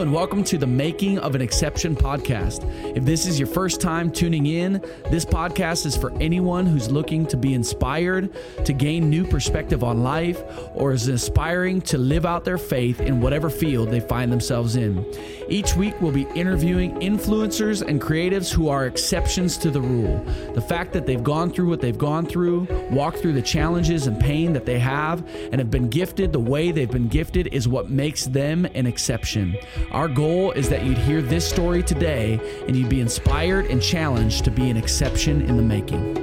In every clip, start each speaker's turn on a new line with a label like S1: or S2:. S1: and welcome to the Making of an Exception podcast. If this is your first time tuning in, this podcast is for anyone who's looking to be inspired, to gain new perspective on life, or is aspiring to live out their faith in whatever field they find themselves in. Each week, we'll be interviewing influencers and creatives who are exceptions to the rule. The fact that they've gone through what they've gone through, walked through the challenges and pain that they have, and have been gifted the way they've been gifted is what makes them an exception. Our goal is that you'd hear this story today and you'd be inspired and challenged to be an exception in the making.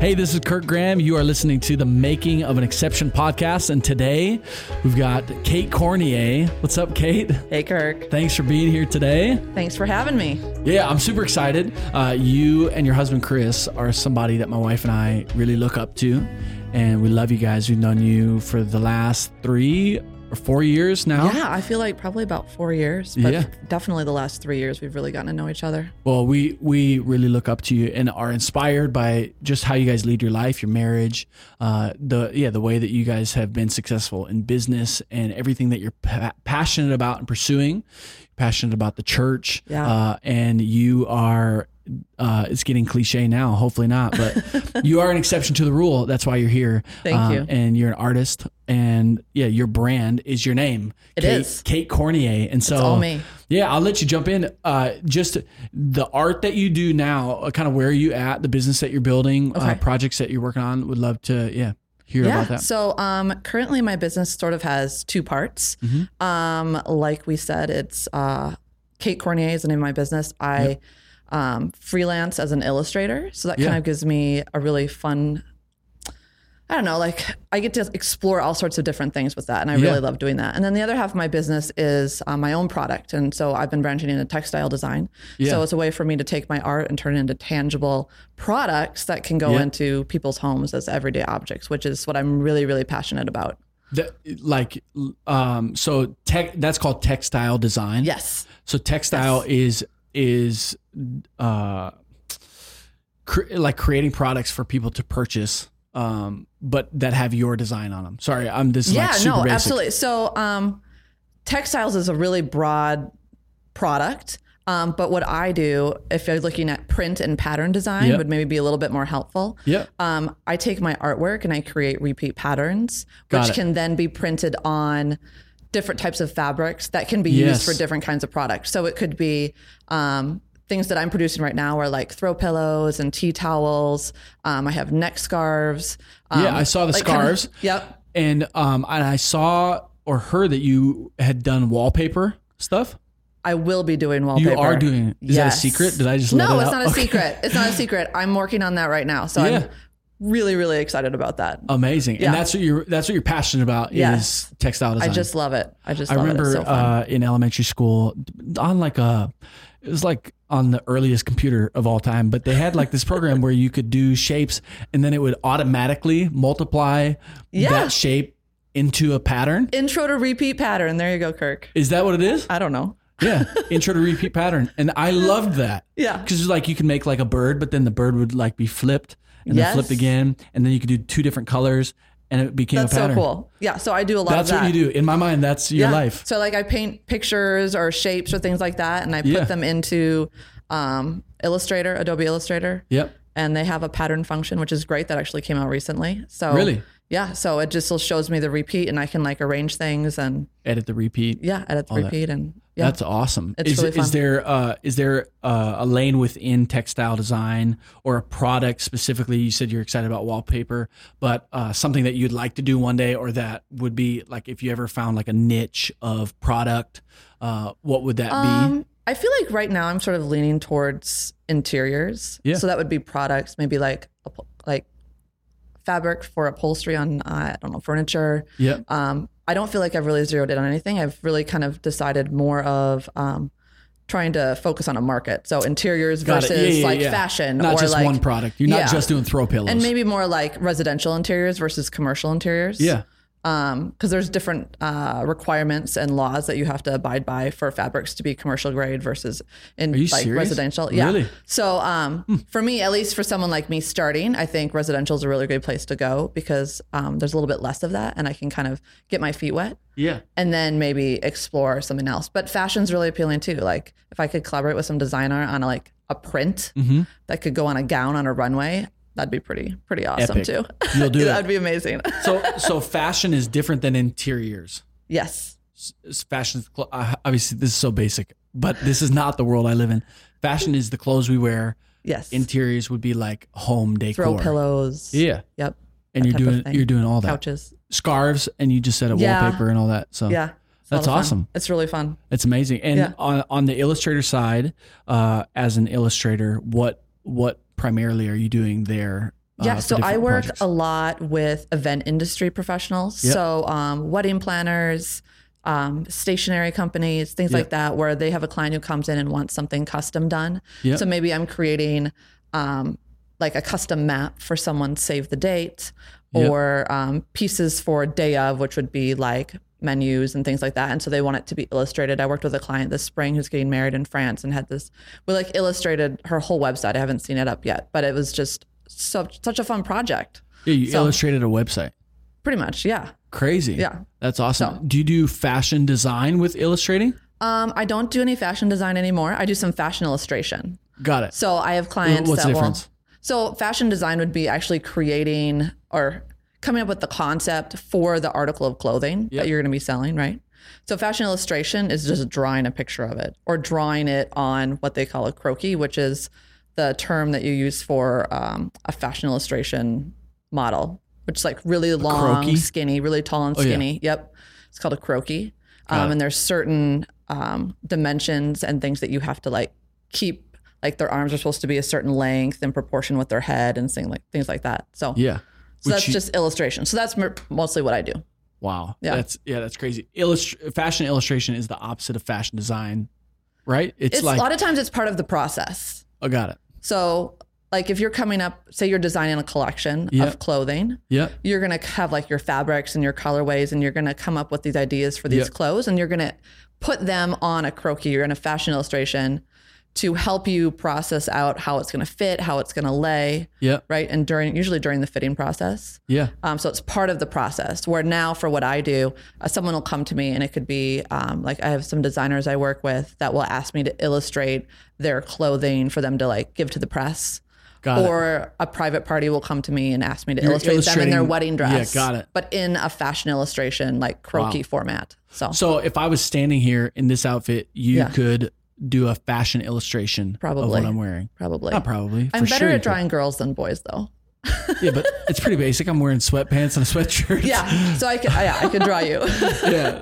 S1: Hey, this is Kirk Graham. You are listening to the Making of an Exception podcast. And today we've got Kate Cornier. What's up, Kate?
S2: Hey, Kirk.
S1: Thanks for being here today.
S2: Thanks for having me.
S1: Yeah, I'm super excited. Uh, you and your husband Chris are somebody that my wife and I really look up to, and we love you guys. We've known you for the last three or four years now.
S2: Yeah, I feel like probably about four years, but
S1: Oh. Yeah.
S2: definitely the last three years we've really gotten to know each other.
S1: Well, we we really look up to you and are inspired by just how you guys lead your life, your marriage, uh, the yeah, the way that you guys have been successful in business and everything that you're pa- passionate about and pursuing. Passionate about the church,
S2: Yeah.
S1: uh, and you are. Uh, it's getting cliche now. Hopefully not, but you are an exception to the rule. That's why you're here. Um,
S2: Thank you.
S1: And you're an artist, and yeah, your brand is your name.
S2: It
S1: It is Kate,
S2: is.
S1: Kate Cornier, and so
S2: It's all me.
S1: yeah, I'll let you jump in. Uh, just the art that you do now, uh, kind of where are you at, the business that you're building, uh,
S2: Okay.
S1: projects that you're working on. Would love to, yeah, hear
S2: yeah.
S1: about that.
S2: So um, currently my business sort of has two parts.
S1: Mm-hmm.
S2: Um, like we said, it's uh, Kate Cornier is the name of my business. I um, freelance as an illustrator, so that
S1: Yeah.
S2: kind of gives me a really fun. I don't know, like I get to explore all sorts of different things with that, and I
S1: Yeah.
S2: really love doing that. And then the other half of my business is uh, my own product, and so I've been branching into textile design.
S1: Yeah.
S2: So it's a way for me to take my art and turn it into tangible products that can go
S1: Yeah.
S2: into people's homes as everyday objects, which is what I'm really, really passionate about.
S1: The- like, um, so tech that's called textile design.
S2: Yes.
S1: So textile is is uh, cre- like creating products for people to purchase, um, but that have your design on them. Sorry, I'm this is
S2: yeah
S1: like super
S2: no
S1: basic.
S2: absolutely so um textiles is a really broad product um, but what i do if you're looking at print and pattern design
S1: Yeah.
S2: would maybe be a little bit more helpful
S1: Yeah.
S2: um, i take my artwork and i create repeat patterns
S1: Got
S2: which
S1: it.
S2: can then be printed on different types of fabrics that can be
S1: Yes.
S2: used for different kinds of products so it could be um, things that i'm producing right now are like throw pillows and tea towels um, i have neck scarves um,
S1: Yeah, I saw the
S2: kind of-
S1: scarves.
S2: yep
S1: And um, and I saw or heard that you had done wallpaper stuff.
S2: I will be doing wallpaper.
S1: You are doing. Is that a
S2: Yes.
S1: secret? Did I just let
S2: No,
S1: it
S2: it's
S1: out?
S2: not a
S1: Okay.
S2: secret. It's not a secret. I'm working on that right now. So
S1: Yeah.
S2: I'm really, really excited about that.
S1: Amazing,
S2: Yeah.
S1: and that's what you're. That's what you're passionate about
S2: Yes.
S1: is textile
S2: I
S1: design.
S2: just love it. I just
S1: I
S2: love
S1: remember
S2: it. It's so fun.
S1: uh, in elementary school on like a it was like on the earliest computer of all time, but they had like this program where you could do shapes and then it would automatically multiply
S2: Yeah.
S1: that shape into a pattern.
S2: Intro to repeat pattern. There you go, Kirk.
S1: Is that what it is?
S2: I don't know.
S1: Yeah, intro to repeat pattern, and I loved that.
S2: Yeah.
S1: because like you can make like a bird, but then the bird would like be flipped and then
S2: Yes.
S1: flipped again, and then you could do two different colors, and it became
S2: That's
S1: a
S2: so
S1: pattern.
S2: cool. Yeah. So I do a lot
S1: That's
S2: of that.
S1: what you do. In my mind, that's your
S2: Yeah.
S1: life.
S2: So like I paint pictures or shapes or things like that, and I put
S1: Yeah.
S2: them into um, Illustrator, Adobe Illustrator.
S1: Yep.
S2: and they have a pattern function, which is great. That actually came out recently. So
S1: Really?
S2: yeah. So it just shows me the repeat, and I can like arrange things and
S1: Edit the repeat.
S2: yeah, edit the
S1: that.
S2: repeat and yeah.
S1: That's awesome.
S2: It's
S1: is,
S2: really
S1: is
S2: fun.
S1: there uh, is there uh, a lane within textile design or a product specifically? You said you're excited about wallpaper, but uh, something that you'd like to do one day, or that would be like if you ever found like a niche of product, uh, what would that be?
S2: um, I feel like right now I'm sort of leaning towards interiors.
S1: Yeah.
S2: So that would be products, maybe like upho- like fabric for upholstery on uh, I don't know furniture.
S1: Yeah.
S2: Um, I don't feel like I've really zeroed in on anything. I've really kind of decided more of um, trying to focus on a market. So interiors
S1: Got it.
S2: versus
S1: Yeah, yeah,
S2: like
S1: yeah.
S2: fashion
S1: Not
S2: or
S1: just
S2: like
S1: one product. You're not
S2: Yeah.
S1: just doing throw pillows.
S2: And maybe more like residential interiors versus commercial interiors.
S1: yeah.
S2: because there's different uh, requirements and laws that you have to abide by for fabrics to be commercial grade versus in
S3: Are you
S2: like
S3: serious?
S2: residential. Yeah.
S3: Really? Hmm.
S2: So um, for me, at least for someone like me starting, I think residential is a really good place to go because um, there's a little bit less of that, and I can kind of get my feet wet
S3: Yeah.
S2: and then maybe explore something else. But fashion's really appealing too. Like if I could collaborate with some designer on a, like a print
S1: Mm-hmm.
S3: Mhm.
S2: that could go on a gown on a runway, that'd be pretty pretty awesome
S3: Epic.
S2: too.
S3: You'll do
S2: that'd
S3: it.
S2: be amazing.
S1: So so fashion is different than interiors.
S2: yes.
S1: S- Fashion, is clo- uh, obviously, this is so basic, but this is not the world I live in. Fashion is the clothes we wear.
S2: Yes.
S1: Interiors would be like home decor.
S2: Throw pillows.
S3: Yeah.
S2: Yep.
S1: and
S2: that
S1: you're
S2: type of
S1: doing
S2: thing.
S1: you're doing all that
S2: Couches.
S1: scarves, and you just said a
S2: Yeah.
S1: wallpaper and all that. So
S2: Yeah. It's a lot
S1: Oh. That's
S2: of fun.
S1: awesome.
S2: It's really fun.
S1: It's amazing. And
S2: Yeah.
S1: on on the illustrator side, uh, as an illustrator, what what primarily are you doing there? uh,
S2: Yeah,
S1: for
S2: so I
S1: different
S2: work
S1: projects?
S2: a lot with event industry professionals.
S1: Yep.
S2: So um, wedding planners, um, stationary companies, things like that, where they have a client who comes in and wants something custom done.
S1: Yep.
S2: So maybe I'm creating um, like a custom map for someone save the date
S1: Yep.
S2: or um, pieces for day of, which would be like menus and things like that. And so they want it to be illustrated. I worked with a client this spring who's getting married in France and had this, we like illustrated her whole website. I haven't seen it up yet, but it was just such, such a fun project.
S1: Yeah, you
S2: so-
S1: illustrated a website.
S2: Pretty much. Yeah.
S1: Crazy.
S2: Yeah.
S1: That's awesome. do you do fashion design with illustrating?
S2: Um, I don't do any fashion design anymore. I do some fashion illustration.
S1: Got it.
S2: So I have clients
S1: What's
S2: that
S1: the
S2: will.
S1: difference?
S2: So fashion design would be actually creating or coming up with the concept for the article of clothing
S1: Yep.
S2: that you're going to be selling, right? So fashion illustration is just drawing a picture of it or drawing it on what they call a croquis, which is the term that you use for um, a fashion illustration model, which is like really long,
S1: croquis? Oh,
S2: skinny, really tall and
S1: yeah.
S2: skinny. Yep. It's called a croquis. Um, and there's certain um, dimensions and things that you have to like keep, like their arms are supposed to be a certain length in proportion with their head and thing like, things like that. So,
S1: yeah.
S2: so
S1: Would
S2: that's
S1: you-
S2: just illustration. So that's mer- mostly what I do.
S1: wow.
S2: Yeah.
S1: That's yeah. That's crazy. Illust- fashion illustration is the opposite of fashion design, right? It's,
S2: It's,
S1: like
S2: a lot of times it's part of the process.
S1: I got it.
S2: So like if you're coming up, say you're designing a collection
S1: Yeah.
S2: of clothing,
S1: Yeah.
S2: you're gonna have like your fabrics and your colorways, and you're gonna come up with these ideas for these
S1: Yeah.
S2: clothes, and you're gonna put them on a croquis or in a fashion illustration to help you process out how it's gonna fit, how it's gonna lay,
S1: Yeah.
S2: right? And during usually during the fitting process.
S1: Yeah.
S2: Um, so it's part of the process. Where now, for what I do, uh, someone will come to me, and it could be um, like I have some designers I work with that will ask me to illustrate their clothing for them to like give to the press,
S1: Got it.
S2: or a private party will come to me and ask me to
S1: You're
S2: illustrate them in their
S1: illustrating-
S2: wedding
S1: yeah,
S2: dress.
S1: got it.
S2: But in a fashion illustration, like croquis format. So,
S1: So if I was standing here in this outfit, you
S2: Yeah.
S1: could do a fashion illustration of
S2: Probably.
S1: what I'm wearing.
S2: probably.
S1: Not probably.
S2: I'm
S1: for
S2: better
S1: sure you
S2: at
S1: could.
S2: drawing girls than boys, though.
S1: Yeah, but it's pretty basic. I'm wearing sweatpants and a sweatshirt.
S2: Yeah. So I could, yeah, I could draw you.
S1: yeah,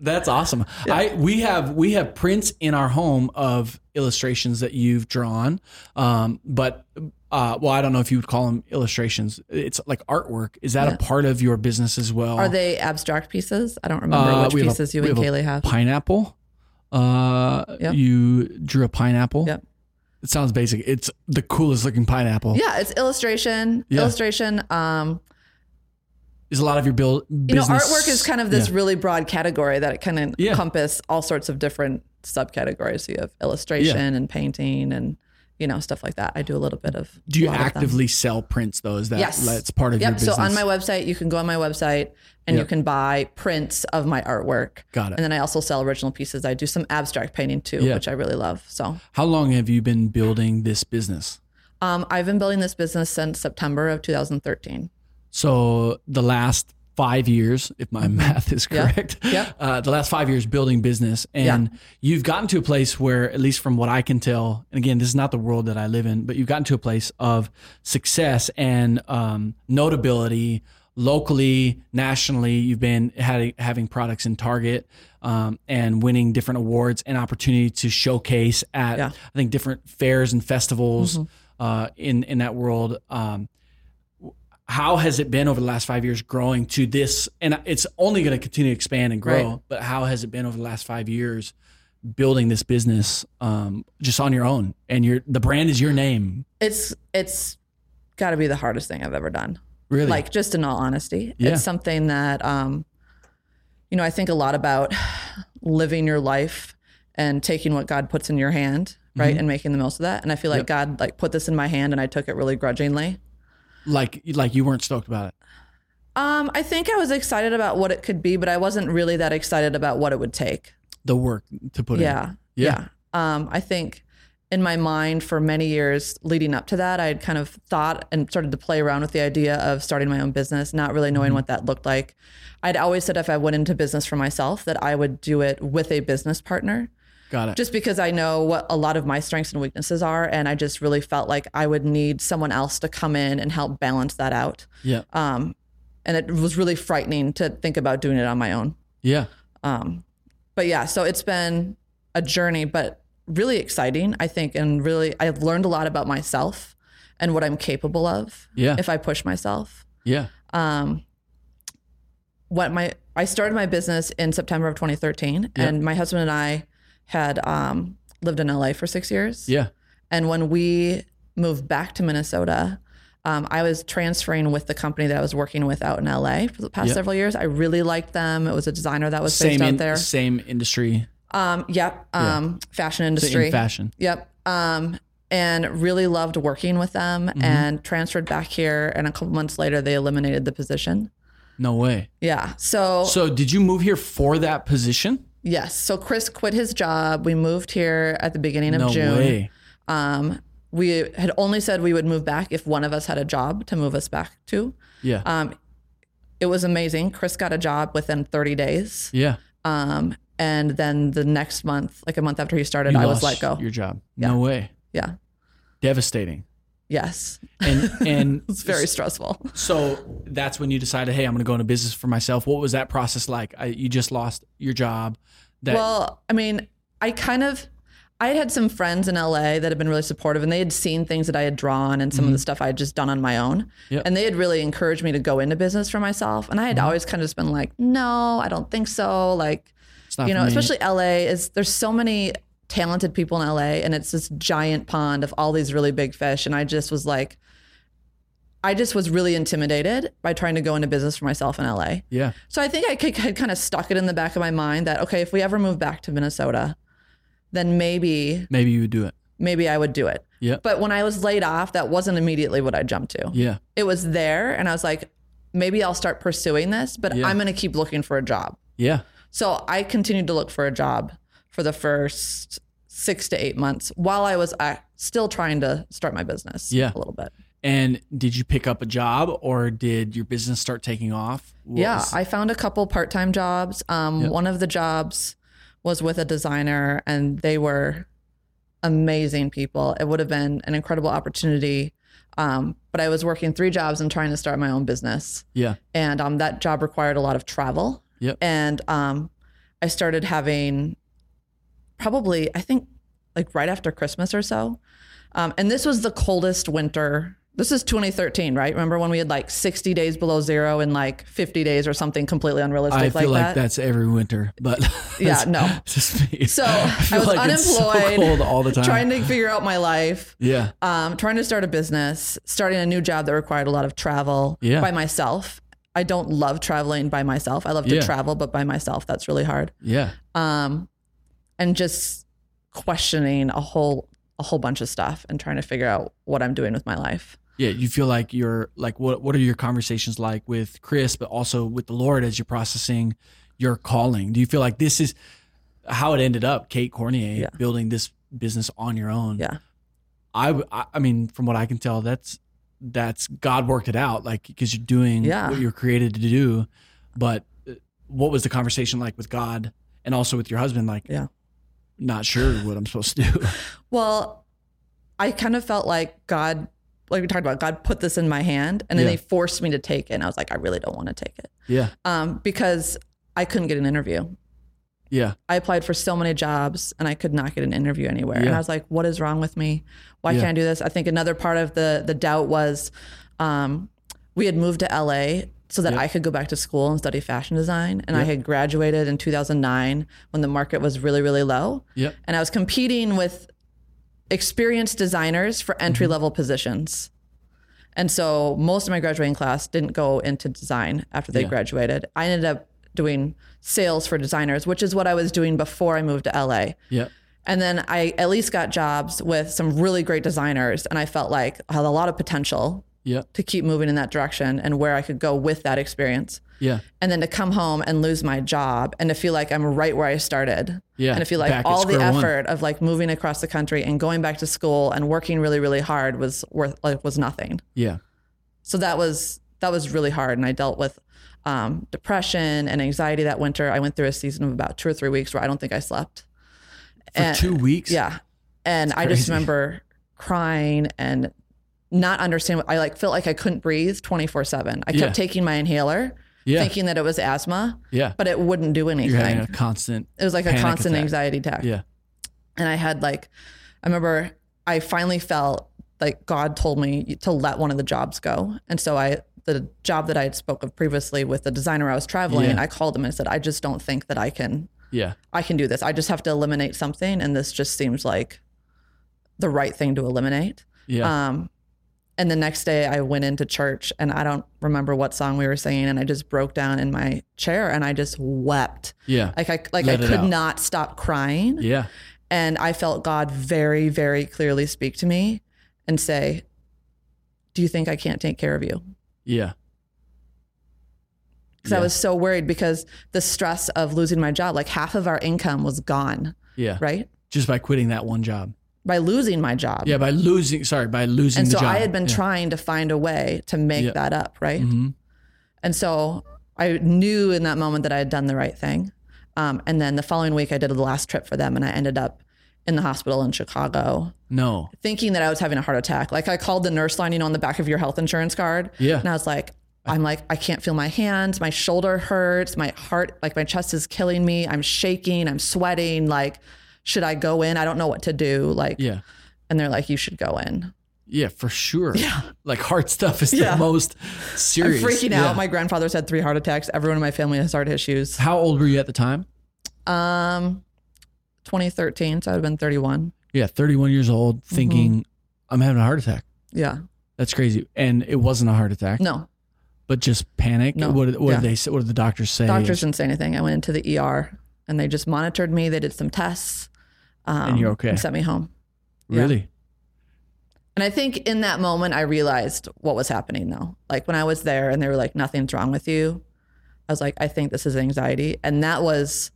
S1: that's awesome. I we have we have prints in our home of illustrations that you've drawn, um, but uh, well, I don't know if you would call them illustrations. It's like artwork. Is that a part of your business as well?
S2: Are they abstract pieces? I don't remember
S1: Uh,
S2: which
S1: we have a-
S2: pieces you
S1: we
S2: and
S1: have a
S2: Kaylee have.
S1: pineapple? Uh,
S2: Yep.
S1: you drew a pineapple.
S2: Yep.
S1: It sounds basic. It's the coolest looking pineapple.
S2: Yeah, it's illustration.
S1: Oh. Yeah.
S2: Illustration. Um,
S1: Is a lot of your build
S2: you
S1: business.
S2: know, artwork is kind of this really broad category that it can en-
S1: Yeah.
S2: encompass all sorts of different subcategories. So you have illustration and painting and you know stuff like that. I do a little bit of.
S1: Do you
S2: a lot of them.
S1: actively sell prints though? Is that
S2: Yes.
S1: that's part of your
S2: Yep. So
S1: business?
S2: on my website, you can go on my website and you
S1: Yep.
S2: can buy prints of my artwork.
S1: Got it.
S2: And then I also sell original pieces. I do some abstract painting too,
S1: Yeah.
S2: which I really love. So
S1: How long have you been building this business?
S2: um, I've been building this business since September of 2013.
S1: So the last five years, if my math is
S2: Mm-hmm. Yeah.
S1: correct,
S2: Yeah.
S1: Uh, the last five years building business, and you've gotten to a place where, at least from what I can tell, and again, this is not the world that I live in, but you've gotten to a place of success and um, notability locally, nationally. You've been had, having products in Target um, and winning different awards and opportunity to showcase at,
S2: Yeah. Mm-hmm.
S1: I think, different fairs and festivals. Uh, in in that world, um, how has it been over the last five years growing to this? And it's only going to continue to expand and grow.
S2: Right.
S1: But how has it been over the last five years building this business um, just on your own? And your the brand is your name.
S2: It's it's got to be the hardest thing I've ever done.
S1: Really?
S2: Like just in all honesty,
S1: Yeah.
S2: it's something that um, you know I think a lot about living your life and taking what God puts in your hand, right,
S1: Mm-hmm.
S2: and making the most of that. And I feel like God like put this in my hand, and I took it really grudgingly.
S1: like like you weren't stoked about it.
S2: Um, I think I was excited about what it could be, but I wasn't really that excited about what it would take.
S1: The work to put
S2: Yeah.
S1: Yeah.
S2: Yeah. Um, I think in my mind for many years leading up to that, I had kind of thought and started to play around with the idea of starting my own business, not really knowing what that looked like. I'd always said if I went into business for myself, that I would do it with a business partner
S1: in. Got it.
S2: just because I know what a lot of my strengths and weaknesses are. And I just really felt like I would need someone else to come in and help balance that out.
S1: yeah.
S2: Um, and it was really frightening to think about doing it on my own.
S1: yeah.
S2: Um, but yeah, so it's been a journey, but really exciting, I think, and really I've learned a lot about myself and what I'm capable of
S1: Yeah.
S2: if I push myself.
S1: Yeah.
S2: Um, what my I started my business in September of 2013,
S1: Yeah.
S2: and my husband and I had um, lived in LA for six years.
S1: Yeah.
S2: And when we moved back to Minnesota, um, I was transferring with the company that I was working with out in LA for the past
S1: Yeah.
S2: several years. I really liked them. It was a designer that was
S1: Same
S2: based out
S1: in,
S2: there.
S1: same industry.
S2: Um, yep.
S1: Yeah.
S2: Um, fashion
S1: Industry.
S2: industry.
S1: In fashion.
S2: Yep. Um, and really loved working with them
S1: Mhm.
S2: and transferred back here. And a couple months later, they eliminated the position.
S1: No way.
S2: Yeah. So,
S1: So did you move here for that position?
S2: yes. So Chris quit his job. We moved here at the beginning of
S1: No
S2: June.
S1: way.
S2: Um, we had only said we would move back if one of us had a job to move us back to.
S1: Yeah.
S2: Um, it was amazing. Chris got a job within 30 days.
S1: yeah.
S2: Um, and then the next month, like a month after he started,
S1: You
S2: I was let
S1: lost
S2: go.
S1: Your job.
S2: Yeah.
S1: No way.
S2: yeah.
S1: Devastating.
S2: Yes.
S1: And and
S2: It's very stressful.
S1: So that's when you decided, hey, I'm going to go into business for myself. What was that process like? I, you just lost your job. That
S2: Well, I mean, I kind of I had some friends in LA that had been really supportive and they had seen things that I had drawn and some of the stuff I had just done on my own.
S1: Mm-hmm. Yep. Mm-hmm.
S2: And they had really encouraged me to go into business for myself. And I had always kind of just been like, no, I don't think so. Like,
S1: it's not
S2: you
S1: for
S2: know,
S1: me.
S2: especially LA is there's so many talented people in LA and it's this giant pond of all these really big fish. And I just was like, I just was really intimidated by trying to go into business for myself in LA.
S1: Yeah,
S2: So I think I could, had kind of stuck it in the back of my mind that okay, if we ever move back to Minnesota, then maybe
S1: maybe you would do it.
S2: maybe I would do it.
S1: Yeah.
S2: But when I was laid off, that wasn't immediately what I jumped to.
S1: Yeah,
S2: It was there, and I was like, maybe I'll start pursuing this, but
S1: Yeah.
S2: I'm going to keep looking for a job.
S1: yeah,
S2: So I continued to look for a job for the first six to eight months while I was uh, still trying to start my business.
S1: Yeah.
S2: a little bit.
S1: And did you pick up a job, or did your business start taking off? What
S2: yeah,
S1: was-
S2: I found a couple part time jobs. Um,
S1: Yep.
S2: One of the jobs was with a designer, and they were amazing people. It would have been an incredible opportunity. Um, but I was working three jobs and trying to start my own business.
S1: yeah,
S2: And um, that job required a lot of travel.
S1: Yep.
S2: And um, I started having probably, I think, like right after Christmas or so. Um, and this was the coldest winter. This is 2013, right? Remember when we had like 60 days below zero and like 50 days or something completely unrealistic
S1: I
S2: like,
S1: feel like,
S2: that?
S1: that's every winter, but
S2: Yeah,
S1: that's-
S2: no.
S1: just me.
S2: So,
S1: feel
S2: I was
S1: it's so
S2: unemployed,
S1: cold all the time.
S2: Trying to figure out my life,
S1: yeah,
S2: um, trying to start a business, starting a new job that required a lot of travel
S1: Yeah.
S2: by myself. I don't love traveling by myself. I love to
S1: Yeah.
S2: travel, but by myself, that's really hard.
S1: yeah,
S2: um, and just questioning a whole a whole bunch of stuff and trying to figure out what I'm doing with my life.
S1: yeah. You feel like you're like what? What are your conversations like with Chris, but also with the Lord as you're processing your calling? Do you feel like this is how it ended up? Kate Cornier
S2: Yeah.
S1: building this business on your own.
S2: Yeah.
S1: I, w- I- I mean, from what I can tell, that's that's God worked it out, like because you're doing
S2: Yeah.
S1: what you're created to do. But uh, what was the conversation like with God and also with your husband? Like,
S2: Yeah.
S1: not sure what I'm supposed to do.
S2: Well, I kind of felt like God, like we talked about, God put this in my hand and then
S1: Yeah.
S2: He forced me to take it. And I was like, I really don't want to take it
S1: yeah,
S2: um, because I couldn't get an interview.
S1: yeah,
S2: I applied for so many jobs and I could not get an interview anywhere. And
S1: Yeah.
S2: I was like, what is wrong with me? Why
S1: Yeah.
S2: can't I do this? I think another part of the the doubt was um, we had moved to LA so that
S1: Yeah.
S2: I could go back to school and study fashion design. And I
S1: Yeah.
S2: had graduated in 2009 when the market was really, really low.
S1: yeah,
S2: And I was competing with experienced designers for entry level positions. And so most of my graduating class didn't go into design after they
S1: Yeah.
S2: graduated. I ended up doing sales for designers, which is what I was doing before I moved to LA.
S1: Yep.
S2: And then I at least got jobs with some really great designers, and I felt like I had a lot of potential
S1: Yep.
S2: to keep moving in that direction and where I could go with that experience.
S1: Yeah.
S2: And then to come home and lose my job and to feel like I'm right where I started.
S1: Yeah,
S2: And to feel like
S1: back at
S2: all the
S1: square one.
S2: effort of like moving across the country and going back to school and working really, really hard was worth like was nothing.
S1: Yeah.
S2: So that was that was really hard. And I dealt with um, depression and anxiety that winter. I went through a season of about two or three weeks where I don't think I slept.
S1: For
S2: And-
S1: two weeks.
S2: yeah. And I just
S1: crazy.
S2: remember crying and not understanding. I like felt like I couldn't breathe 24 seven. I kept
S1: Yeah.
S2: taking my inhaler
S1: Yeah.
S2: thinking that it was asthma,
S1: Yeah.
S2: but it wouldn't do
S1: You're having
S2: anything.
S1: a constant.
S2: It was like a
S1: panic
S2: constant
S1: attack.
S2: anxiety attack.
S1: Yeah.
S2: And I had like, I remember I finally felt like God told me to let one of the jobs go. And so I, the job that I had spoke of previously with the designer I was traveling,
S1: Yeah.
S2: I called him and said, I just don't think that I can
S1: Yeah.
S2: I can do this. I just have to eliminate something. And this just seems like the right thing to eliminate.
S1: Yeah.
S2: Um, and the next day I went into church and I don't remember what song we were singing. And I just broke down in my chair and I just wept.
S1: yeah.
S2: Like I, like
S1: Let
S2: I
S1: it
S2: could
S1: out.
S2: not stop crying.
S1: yeah.
S2: And I felt God very, very clearly speak to me and say, do you think I can't take care of you?
S1: Yeah.
S2: Because I was so worried because the stress of losing my job, like half of our income was gone,
S1: Yeah.
S2: right?
S1: Just by quitting that one job.
S2: By losing my job.
S1: Yeah. By losing. Sorry. By losing
S2: and
S1: the
S2: so
S1: job.
S2: I had been
S1: yeah.
S2: trying to find a way to make
S1: Yeah.
S2: that up, right?
S1: Mhm.
S2: And so I knew in that moment that I had done the right thing. Um, and then the following week, I did the last trip for them, and I ended up in the hospital in Chicago,
S1: No.
S2: thinking that I was having a heart attack. Like I called the nurse line, you know, on the back of your health insurance card,
S1: Yeah.
S2: and I was like. I'm like, I can't feel my hands. My shoulder hurts. My heart, like, my chest is killing me. I'm shaking. I'm sweating. Like, should I go in? I don't know what to do. Like,
S1: Yeah.
S2: and they're like, you should go in.
S1: Yeah. For sure. Yeah. Like hard stuff is
S2: Yeah.
S1: the most
S2: I'm
S1: serious.
S2: freaking
S1: Yeah.
S2: out. My grandfather's had three heart attacks. Everyone in my family has heart issues.
S1: How old were you at the time?
S2: Um, 2013, so I'd have been 31.
S1: Yeah. 31 years old,
S2: Mm-hmm.
S1: thinking I'm having a heart attack.
S2: Yeah.
S1: That's crazy. And it wasn't a heart attack,
S2: No,
S1: but just panic.
S2: No.
S1: What, did- what
S2: Yeah.
S1: did they say? What did the doctors say?
S2: doctors didn't say anything. I went into the ER and they just monitored me. They did some tests. Um,
S1: And you're okay.
S2: sent me home. yeah.
S1: Really?
S2: And I think in that moment, I realized what was happening though. Like when I was there and they were like, nothing's wrong with you, I was like, I think this is anxiety. And that was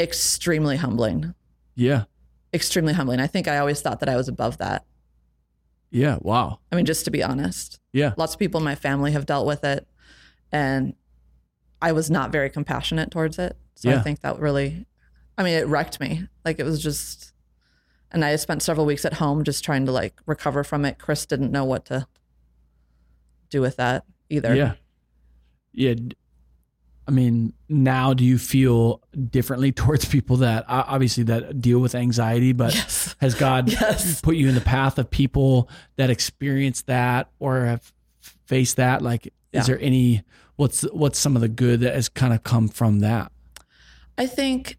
S2: extremely humbling.
S1: Yeah.
S2: Extremely humbling. I think I always thought that I was above that.
S1: Yeah. Wow.
S2: I mean, just to be honest.
S1: Yeah.
S2: Lots of people in my family have dealt with it. And I was not very compassionate towards it. So I
S1: Yeah.
S2: think that really, I mean, it wrecked me. Like it was just, and I spent several weeks at home just trying to like recover from it. Chris didn't know what to do with that either.
S1: Yeah. Yeah. d- I mean, now do you feel differently towards people that o- obviously that deal with anxiety, but
S2: Yes.
S1: has God
S2: Yes.
S1: put you in the path of people that experience that or have faced that? Like,
S2: Yeah.
S1: is there any, what's, what's some of the good that has kind of come from that?
S2: I think,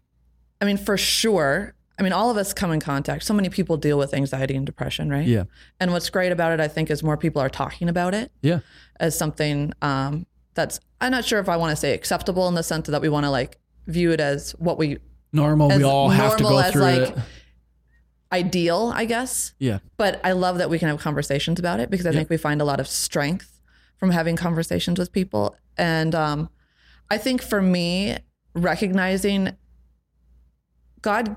S2: I mean, for sure. I mean, all of us come in contact. So many people deal with anxiety and depression, right?
S1: Yeah.
S2: And what's great about it, I think, is more people are talking about it.
S1: Yeah.
S2: as something um, that's I'm not sure if I want to say acceptable in the sense that we want to like view it as what we
S1: Normal.
S2: As
S1: we all have to
S2: normal
S1: go
S2: as,
S1: through
S2: like-
S1: it.
S2: ideal, I guess.
S1: Yeah.
S2: But I love that we can have conversations about it because I
S1: Yeah.
S2: think we find a lot of strength from having conversations with people. And um, I think for me, recognizing God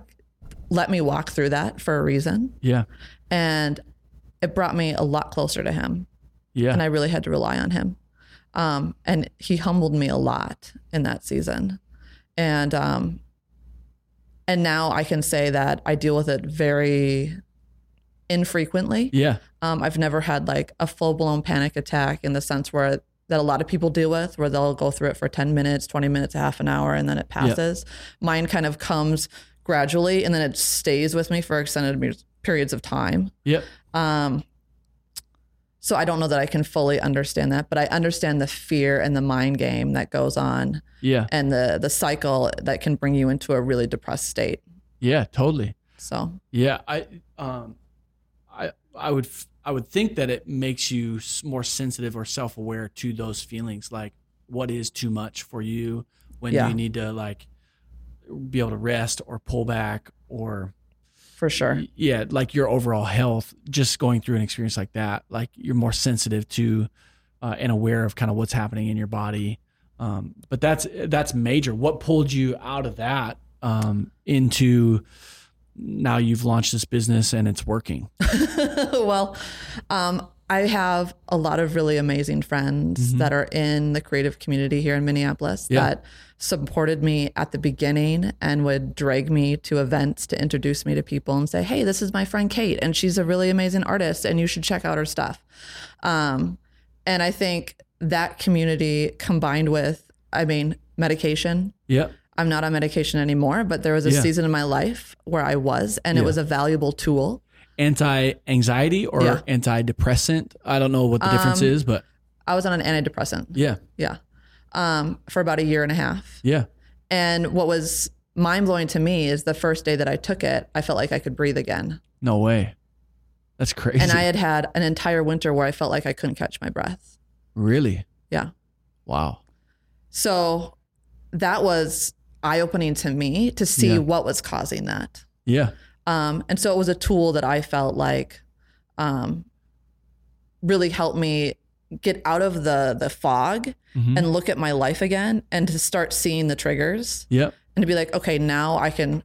S2: let me walk through that for a reason,
S1: Yeah.
S2: and it brought me a lot closer to Him.
S1: Yeah.
S2: and I really had to rely on him. Um, and he humbled me a lot in that season, and um, and now I can say that I deal with it very infrequently.
S1: yeah.
S2: Um, I've never had like a full blown panic attack in the sense where that a lot of people deal with, where they'll go through it for 10 minutes, 20 minutes, a half an hour, and then it passes. Mine kind of comes gradually and then it stays with me for extended me- periods of time.
S1: Yep.
S2: Um, so I don't know that I can fully understand that, but I understand the fear and the mind game that goes on
S1: Yeah.
S2: and the the cycle that can bring you into a really depressed state.
S1: Yeah. Totally.
S2: So
S1: Yeah, I um I I would f- I would think that it makes you s- more sensitive or self aware to those feelings. Like, what is too much for you? When do
S2: Yeah.
S1: you need to like be able to rest or pull back or
S2: for sure.
S1: y- yeah, like your overall health? Just going through an experience like that, like you're more sensitive to uh, and aware of kind of what's happening in your body. Um, but that's that's major. What pulled you out of that um, into now you've launched this business and it's working?
S2: well, um, I have a lot of really amazing friends that are in the creative community here in Minneapolis
S1: Mm-hmm. Yeah.
S2: that supported me at the beginning and would drag me to events to introduce me to people and say, "Hey, this is my friend Kate, and she's a really amazing artist, and you should check out her stuff." Um, and I think that community combined with, I mean, medication
S1: Yep.
S2: I'm not on medication anymore, but there was a
S1: Yeah.
S2: season in my life where I was, and it
S1: Yeah.
S2: was a valuable tool.
S1: anti-anxiety or
S2: Yeah.
S1: antidepressant. I don't know what the difference
S2: Um,
S1: is, but
S2: I was on an antidepressant,
S1: yeah,
S2: yeah, um, for about a year and a half.
S1: yeah,
S2: And what was mind blowing to me is the first day that I took it, I felt like I could breathe again.
S1: no way. That's crazy.
S2: And I had had an entire winter where I felt like I couldn't catch my breath.
S1: really,
S2: Yeah.
S1: wow,
S2: So that was eye opening to me to see
S1: Yeah.
S2: what was causing that.
S1: yeah,
S2: Um, and so it was a tool that I felt like um, really helped me get out of the the fog
S1: Mhm.
S2: and look at my life again and to start seeing the triggers
S1: yep,
S2: and to be like, okay, now I can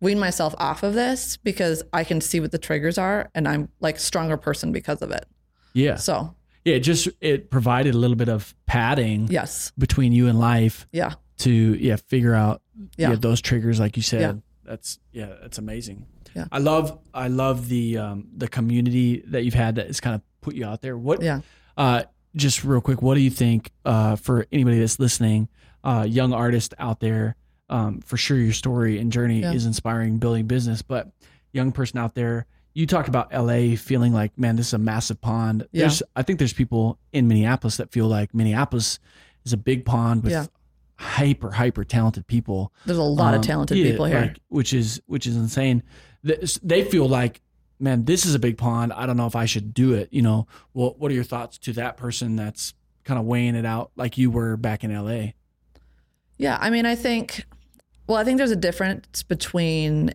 S2: wean myself off of this because I can see what the triggers are and I'm like stronger person because of it.
S1: yeah,
S2: So
S1: yeah. It just it provided a little bit of padding
S2: yes.
S1: between you and life
S2: Yeah.
S1: to yeah figure out yeah,
S2: Yeah.
S1: those triggers like you said.
S2: Yeah.
S1: That's yeah, that's amazing.
S2: Yeah.
S1: I love I love the um the community that you've had that has kind of put you out there. What
S2: Yeah.
S1: uh just real quick, what do you think uh for anybody that's listening, uh young artist out there, um for sure your story and journey
S2: Yeah.
S1: is inspiring building business, but young person out there, you talked about LA feeling like, man, this is a massive pond.
S2: Yeah.
S1: There's I think there's people in Minneapolis that feel like Minneapolis is a big pond with
S2: Yeah.
S1: hyper hyper talented people
S2: There's a lot
S1: um,
S2: of talented
S1: yeah,
S2: people here.
S1: like, which is which is insane. Th- They feel like, man, this is a big pond. I don't know if I should do it. You know, well, what are your thoughts to that person that's kind of weighing it out like you were back in LA?
S2: Yeah, I mean, I think, well, I think there's a difference between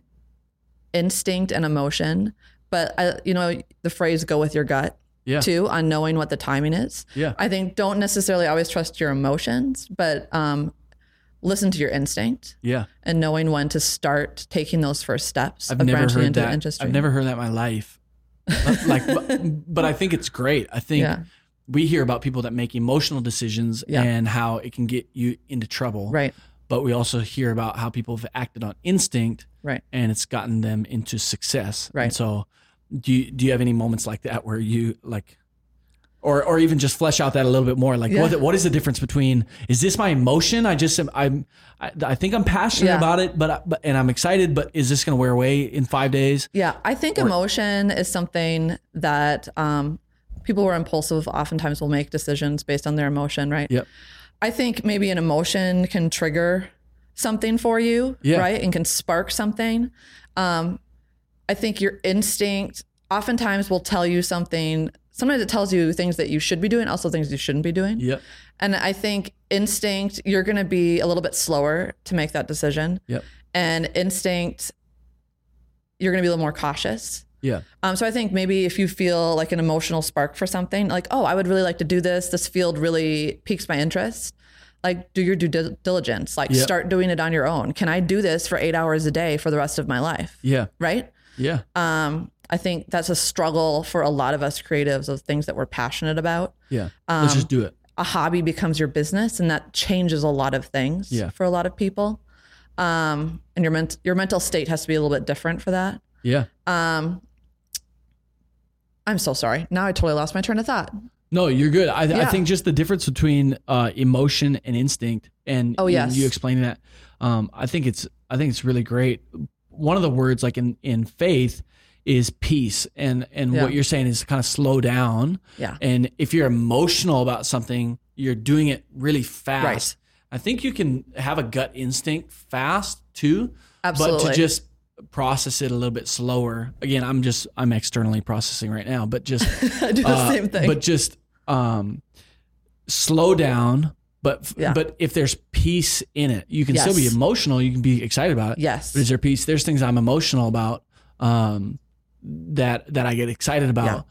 S2: instinct and emotion, but I, you know, the phrase "go with your gut"
S1: Yeah.
S2: too on knowing what the timing is.
S1: Yeah.
S2: I think don't necessarily always trust your emotions, but um, listen to your instinct
S1: Yeah,
S2: and knowing when to start taking those first steps
S1: I've
S2: of
S1: never
S2: branching
S1: heard
S2: into
S1: that.
S2: industry.
S1: I've never heard that in my life. But, like, but, but I think it's great. I think
S2: Yeah.
S1: we hear about people that make emotional decisions
S2: Yeah.
S1: and how it can get you into trouble.
S2: right,
S1: But we also hear about how people have acted on instinct
S2: right.
S1: and it's gotten them into success. And
S2: Right.
S1: so, do you, do you have any moments like that where you like, or or even just flesh out that a little bit more? Like, what
S2: Yeah.
S1: what is the difference between is this my emotion? I just am, I'm I, I think I'm passionate
S2: Yeah.
S1: about it, but, I- but and I'm excited, but is this going to wear away in five days?
S2: Yeah, I think emotion is something that um, people who are impulsive oftentimes will make decisions based on their emotion, right?
S1: Yep.
S2: I think maybe an emotion can trigger something for you,
S1: Yeah.
S2: right? And can spark something. Um, I think your instinct oftentimes will tell you something. Sometimes it tells you things that you should be doing, also things you shouldn't be doing.
S1: Yep.
S2: And I think instinct, you're going to be a little bit slower to make that decision.
S1: Yep.
S2: And instinct, you're going to be a little more cautious.
S1: Yeah.
S2: Um, so I think maybe if you feel like an emotional spark for something, like, oh, I would really like to do this. This field really piques my interest. Like, do your due dil- diligence. Like,
S1: Yeah.
S2: start doing it on your own. Can I do this for eight hours a day for the rest of my life?
S1: Yeah.
S2: Right.
S1: Yeah.
S2: Um, I think that's a struggle for a lot of us creatives of things that we're passionate about.
S1: Yeah. Let's
S2: Um,
S1: just do it.
S2: a hobby becomes your business and that changes a lot of things
S1: Yeah.
S2: for a lot of people um, and your, ment- your mental state has to be a little bit different for that
S1: Yeah.
S2: um, i'm so sorry now i totally lost my train of thought
S1: No, you're good. I, I
S2: Yeah.
S1: think just the difference between uh, emotion and instinct, and
S2: Oh,
S1: you-
S2: yes.
S1: you, explaining that, um, I think it's I think it's really great. One of the words like in in faith is peace, and and
S2: Yeah.
S1: what you're saying is kind of slow down.
S2: Yeah.
S1: And if you're emotional about something, you're doing it really fast.
S2: Right.
S1: I think you can have a gut instinct fast too,
S2: Absolutely.
S1: but to just process it a little bit slower. Again, I'm just I'm externally processing right now, but just
S2: I do the
S1: uh,
S2: same thing.
S1: But just um, slow down. But f-
S2: Yeah.
S1: but if there's peace in it, you can still be
S2: Yes.
S1: emotional. You can be excited about it.
S2: yes.
S1: But is there peace? There's things I'm emotional about um, that that I get excited about.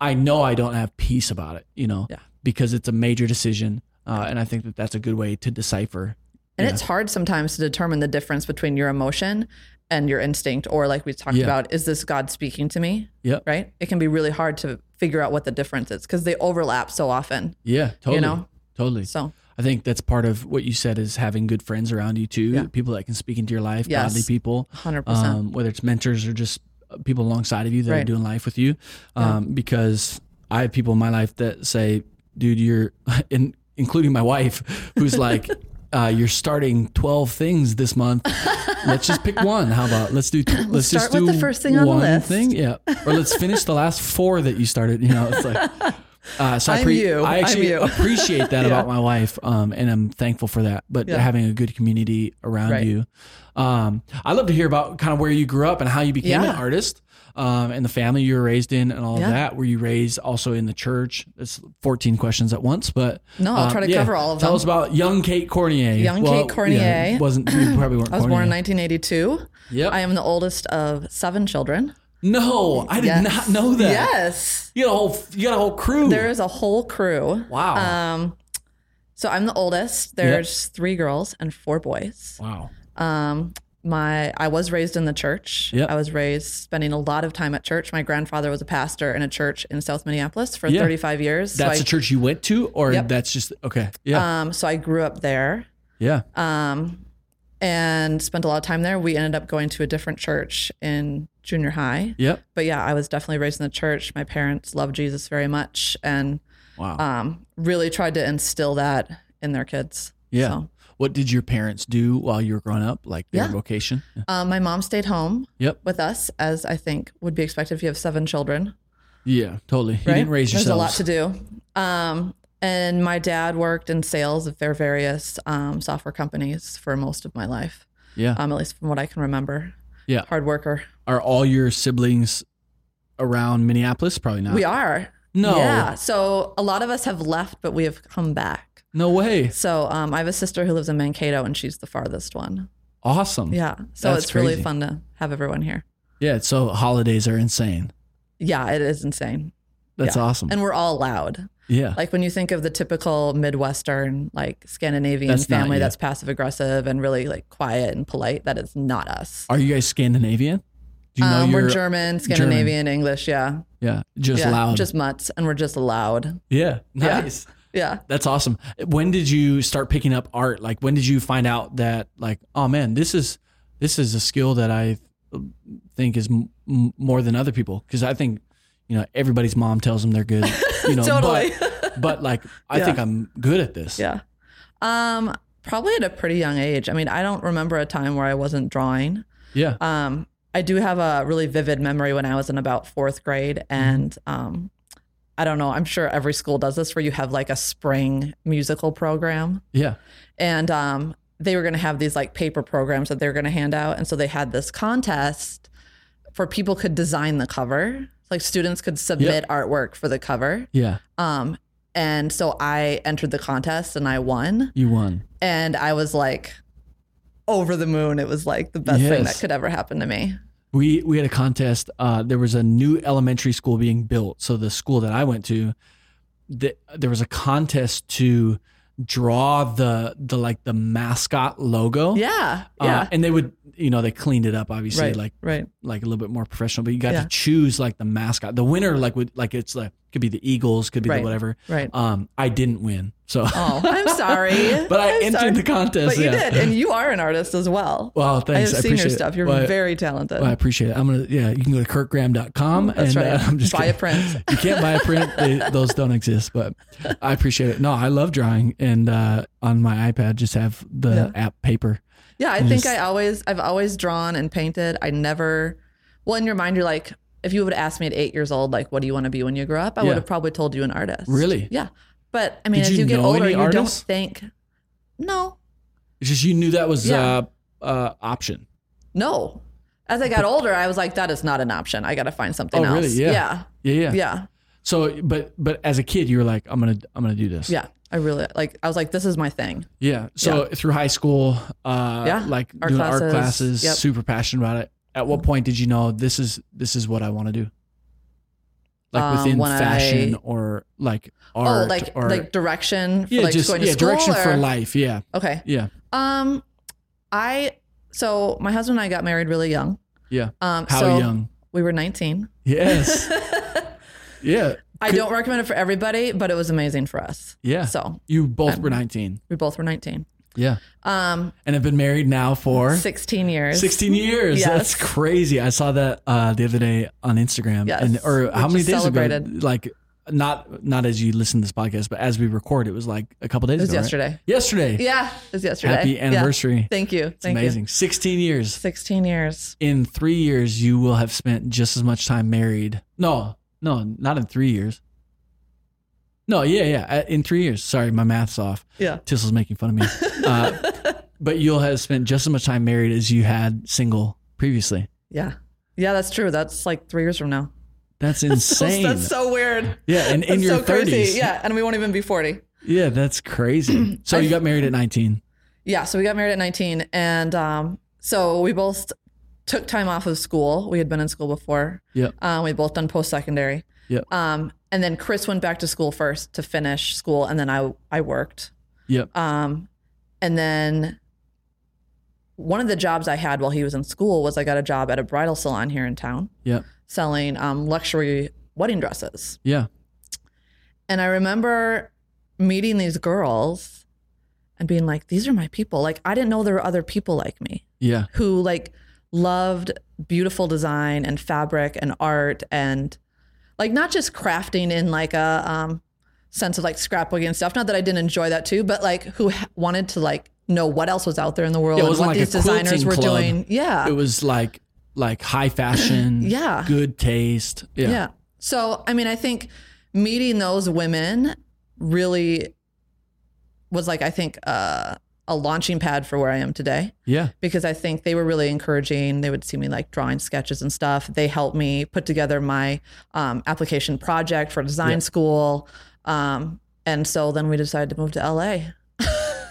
S1: I know I don't have peace about it. You know,
S2: Yeah.
S1: because it's a major decision, uh, and I think that that's a good way to decipher.
S2: And
S1: Yeah.
S2: it's hard sometimes to determine the difference between your emotion and your instinct, or like we talked
S1: Yeah.
S2: about, is this God speaking to me?
S1: Yep.
S2: Right? It can be really hard to figure out what the difference is because they overlap so often.
S1: Yeah, totally,
S2: know?
S1: totally.
S2: So
S1: I think that's part of what you said is having good friends around you too,
S2: Yeah.
S1: people that can speak into your life,
S2: Yes.
S1: godly people,
S2: 100%.
S1: um, whether it's mentors or just people alongside of you that are
S2: Right.
S1: doing life with you. Um, Because I have people in my life that say, "Dude, you're," in, including my wife, who's like. Uh, you're starting 12 things this month. Let's just pick one. How about let's do let's just
S2: start with
S1: do
S2: the first thing on the
S1: one
S2: list.
S1: thing. Yeah. Or let's finish the last four that you started, you know. It's like uh, so I,
S2: I'm
S1: pre-
S2: you.
S1: I
S2: I'm
S1: actually
S2: you.
S1: appreciate that about my wife, um, and I'm thankful for that. But
S2: Yeah.
S1: having a good community around
S2: Right.
S1: you, um, I'd love to hear about kind of where you grew up and how you became an
S2: Yeah.
S1: artist, um, and the family you were raised in, and all
S2: Yeah.
S1: of that. Were you raised also in the church? It's 14 questions at once, but um,
S2: No, I'll try to cover all of
S1: Tell
S2: them.
S1: us about young Kate Cornier.
S2: Young Kate
S1: yeah,
S2: Cornier.
S1: wasn't you probably weren't.
S2: I was born in 1982.
S1: Yep.
S2: I am the oldest of seven children.
S1: No, I did
S2: Yes.
S1: not know that.
S2: Yes.
S1: You got a whole you got a whole crew.
S2: There is a whole crew.
S1: wow.
S2: Um, so I'm the oldest. There's three girls and four boys.
S1: wow.
S2: Um, my I was raised in the church.
S1: Yeah.
S2: I was raised spending a lot of time at church. My grandfather was a pastor in a church in South Minneapolis for
S1: Yeah.
S2: 35 years.
S1: That's
S2: so
S1: the church you went to, or
S2: Yep.
S1: that's just okay.
S2: I,
S1: Yeah,
S2: um, so I grew up there.
S1: yeah.
S2: Um, and spent a lot of time there. We ended up going to a different church in junior high.
S1: Yep.
S2: But yeah, I was definitely raised in the church. My parents loved Jesus very much and
S1: Wow.
S2: um, really tried to instill that in their kids.
S1: yeah.
S2: so.
S1: What did your parents do while you were growing up? Like their
S2: Yeah.
S1: vocation? Yeah.
S2: Um, my mom stayed home
S1: Yep.
S2: with us, as I think would be expected if you have seven children.
S1: Yeah. Totally. You didn't raise
S2: There's
S1: yourselves.
S2: a lot to do. Um, and my dad worked in sales of their various um, software companies for most of my life,
S1: Yeah.
S2: um, at least from what I can remember.
S1: Yeah.
S2: Hard worker.
S1: Are all your siblings around Minneapolis? Probably not.
S2: We are.
S1: No.
S2: Yeah. So a lot of us have left, but we have come back.
S1: No way.
S2: So um, I have a sister who lives in Mankato, and she's the farthest one.
S1: Awesome.
S2: Yeah. So
S1: That's
S2: it's
S1: crazy.
S2: really fun to have everyone here.
S1: Yeah. So holidays are insane.
S2: Yeah, it is insane.
S1: That's
S2: Yeah.
S1: awesome.
S2: And we're all loud.
S1: yeah.
S2: like when you think of the typical midwestern like scandinavian
S1: That's not
S2: family
S1: you.
S2: that's passive aggressive and really like quiet and polite that is not us
S1: are you guys Scandinavian? Do you know
S2: um,
S1: your
S2: we're german scandinavian english yeah
S1: yeah? Just
S2: yeah
S1: loud.
S2: just mutts and we're just loud
S1: yeah.
S2: Yeah.
S1: Nice.
S2: yeah
S1: That's awesome. When did you start picking up art? Like when did you find out that like oh man, this is this is a skill that I think is m- m- more than other people because I think you know everybody's mom tells them they're good, you know,
S2: Totally.
S1: but but like I
S2: Yeah.
S1: think I'm good at this.
S2: yeah um probably at a pretty young age i mean i don't remember a time where i wasn't drawing
S1: Yeah.
S2: Um, I do have a really vivid memory when I was in about fourth grade, and um, I don't know. I'm sure every school does this, where you have like a spring musical program,
S1: Yeah.
S2: and um, they were going to have these like paper programs that they were going to hand out, and so they had this contest for people could design the cover. Like students could submit artwork for the cover,
S1: Yeah.
S2: um, and so I entered the contest and I won
S1: You won.
S2: and I was like over the moon. It was like the best thing that
S1: Yes.
S2: could ever happen to me.
S1: We we had a contest. Uh, there was a new elementary school being built. So the school that I went to, the, there was a contest to draw the the like the mascot
S2: Oh.
S1: logo.
S2: Yeah,
S1: Uh,
S2: yeah,
S1: and they would, you know, they cleaned it up obviously,
S2: right,
S1: like
S2: right,
S1: like a little bit more professional. But you got
S2: Yeah.
S1: to choose like the mascot. The winner like would like it's like could be the Eagles, could be
S2: Right.
S1: the whatever.
S2: right.
S1: Um, I didn't win, so
S2: Oh, I'm sorry,
S1: but I
S2: I'm
S1: entered
S2: sorry.
S1: the contest.
S2: But you
S1: yeah.
S2: did, and you are an artist as well.
S1: Wow,
S2: I have
S1: thanks. I,
S2: seen
S1: appreciate
S2: your
S1: it.
S2: stuff. You're
S1: Well, I-
S2: very talented.
S1: well, I appreciate it. I'm gonna yeah. You can go to kirkgraham.com
S2: That's
S1: and
S2: right.
S1: uh, I'm just
S2: Buy a
S1: kidding.
S2: print.
S1: you can't buy a print; they, those don't exist. But I appreciate it. No, I love drawing, and uh, on my iPad, just have the app paper.
S2: Yeah, I
S1: And
S2: think
S1: just-
S2: I always, I've always drawn and painted. I never, well, in your mind, you're like, if you would have asked me at eight years old, like, what do you want to be when you grow up? I
S1: Yeah.
S2: would have probably told you an artist.
S1: Really?
S2: Yeah. But I mean,
S1: Did
S2: as
S1: you
S2: you, get
S1: know
S2: older,
S1: any
S2: you don't
S1: artists?
S2: think, no,
S1: It's just you knew that was
S2: Yeah.
S1: uh, uh, option.
S2: no. As I got older, I was like, that is not an option. I got to find something
S1: Oh,
S2: else.
S1: really? Yeah.
S2: yeah.
S1: Yeah, yeah.
S2: Yeah.
S1: So, but but as a kid, you were like, I'm gonna I'm gonna do this.
S2: Yeah. I really like, I was like, this is my thing.
S1: Yeah. So through high school, uh,
S2: Yeah.
S1: like
S2: Art
S1: doing art
S2: classes.
S1: classes,
S2: Yep.
S1: super passionate about it. At what point did you know this is this is what I want to do? Like
S2: Um,
S1: within
S2: when
S1: fashion
S2: I-
S1: or like art
S2: oh, like,
S1: or
S2: like direction for
S1: yeah,
S2: like
S1: just
S2: going to
S1: yeah,
S2: school.
S1: direction for
S2: or-
S1: life. Yeah,
S2: Okay.
S1: yeah.
S2: Um, I, so my husband and I got married really young.
S1: Yeah.
S2: Um,
S1: How
S2: so
S1: young?
S2: We were 19.
S1: Yes. yeah.
S2: I
S1: Could- Ah.
S2: don't recommend it for everybody, but it was amazing for us.
S1: Yeah.
S2: So
S1: you both were 19.
S2: we both were 19.
S1: Yeah.
S2: Um,
S1: And have been married now for
S2: 16 years.
S1: 16 years.
S2: Yes.
S1: That's crazy. I saw that uh, the other day on Instagram.
S2: Yes.
S1: And or
S2: We
S1: how many
S2: just
S1: days ago?
S2: celebrated.
S1: Like not not as you listen to this podcast, but as we record, it was like a couple days
S2: It was
S1: ago. right?
S2: yesterday.
S1: Yesterday.
S2: Yeah. It was yesterday.
S1: Happy
S2: Yeah.
S1: anniversary.
S2: Thank you.
S1: It's
S2: Thank
S1: amazing.
S2: you.
S1: 16 years.
S2: 16 years.
S1: In three years, you will have spent just as much time married. No, no, not in three years. No, yeah, yeah. uh, In three years. Sorry, my math's off.
S2: Yeah.
S1: Tissel's making fun of me. Uh, but you'll have spent just as much time married as you had single previously.
S2: Yeah. Yeah, that's true. That's like three years from now.
S1: That's
S2: That's,
S1: insane.
S2: that's so weird.
S1: yeah, and in
S2: That's
S1: your
S2: so crazy.
S1: 30s.
S2: Yeah. And we won't even be 40.
S1: Yeah, that's crazy. so you got married at 19.
S2: Yeah. So we got married at 19. And um, so we both took time off of school. We had been in school before.
S1: Yep.
S2: Um, we both done post secondary.
S1: Yep.
S2: Um, and then Chris went back to school first to finish school. And then I, I worked.
S1: Yep.
S2: Um, and then one of the jobs I had while he was in school was I got a job at a bridal salon here in town
S1: Yep.
S2: selling um, luxury wedding dresses.
S1: Yeah.
S2: And I remember meeting these girls and being like, these are my people. Like, I didn't know there were other people like me
S1: Yeah.
S2: who like loved beautiful design and fabric and art and like not just crafting in like a um, sense of like scrapbooking and stuff. Not that I didn't enjoy that too, but like who ha- wanted to like know what else was out there in the world
S1: Yeah, it
S2: and what
S1: wasn't like a
S2: these designers
S1: quilting
S2: were
S1: club.
S2: doing. Yeah.
S1: It was like like high fashion.
S2: Yeah.
S1: Good taste. Yeah.
S2: Yeah. So, I mean, I think meeting those women really was like, I think, uh, a launching pad for where I am today
S1: Yeah.
S2: because I think they were really encouraging. They would see me like drawing sketches and stuff. They helped me put together my um, application project for design
S1: Yeah.
S2: school. Um, and so then we decided to move to LA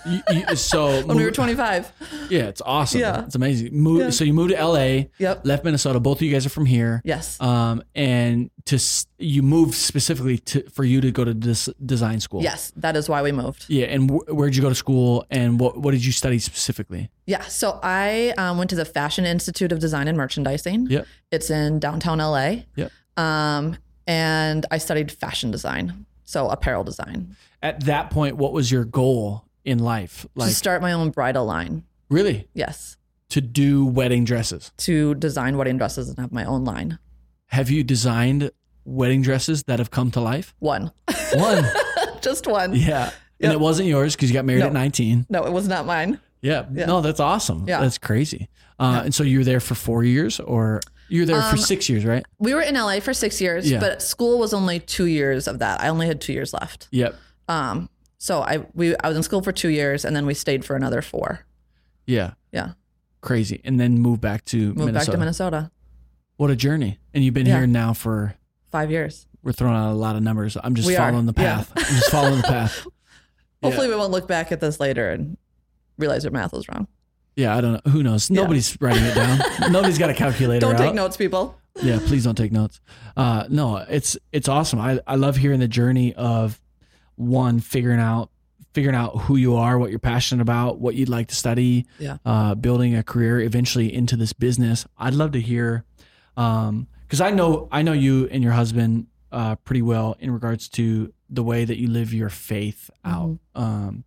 S1: You- you- so
S2: when we were
S1: move-
S2: 25.
S1: Yeah, it's awesome.
S2: Yeah.
S1: It's amazing. Move,
S2: Yeah.
S1: So you moved to LA,
S2: Yep.
S1: left Minnesota. Both of you guys are from here.
S2: Yes.
S1: Um, and to s- you moved specifically to for you to go to this design school.
S2: Yes. That is why we moved.
S1: Yeah, and wh- where'd you go to school, and what what did you study specifically?
S2: Yeah. So I um, went to the Fashion Institute of Design and Merchandising.
S1: Yep.
S2: It's in downtown LA.
S1: Yep.
S2: Um, and I studied fashion design, so apparel design,
S1: At that point, what was your goal in life? Like
S2: to start my own bridal line.
S1: really
S2: Yes.
S1: to do wedding dresses.
S2: To design wedding dresses and have my own line.
S1: Have you designed wedding dresses that have come to life?
S2: One,
S1: One,
S2: just one.
S1: yeah, and
S2: Yep.
S1: it wasn't yours because you got married
S2: No.
S1: at nineteen.
S2: No, it was not mine.
S1: Yeah.
S2: Yeah.
S1: No, that's awesome.
S2: Yeah.
S1: That's crazy. Uh, And so you were there for four years or you were there for
S2: Um,
S1: six years, right?
S2: We were in LA for six years,
S1: Yeah.
S2: but school was only two years of that. I only had two years left.
S1: Yep.
S2: Um, so I we I was in school for two years, and then we stayed for another four.
S1: Yeah.
S2: Yeah.
S1: Crazy. And then moved back to
S2: Moved
S1: Minnesota.
S2: back to Minnesota.
S1: What a journey. And you've been
S2: Yeah.
S1: here now for,
S2: Five years.
S1: we're throwing out a lot of numbers. I'm just
S2: We are.
S1: following the
S2: Yeah.
S1: path. I'm just following the path. Yeah.
S2: Hopefully, we won't look back at this later and realize our math was wrong.
S1: Yeah. I don't know. Who knows? Nobody's writing it down. Nobody's got a calculator.
S2: Don't
S1: out.
S2: take notes, people.
S1: yeah please don't take notes uh no it's it's awesome i i love hearing the journey of one figuring out figuring out who you are what you're passionate about what you'd like to study
S2: Yeah.
S1: uh building a career eventually into this business i'd love to hear um because i know i know you and your husband uh pretty well in regards to the way that you live your faith out um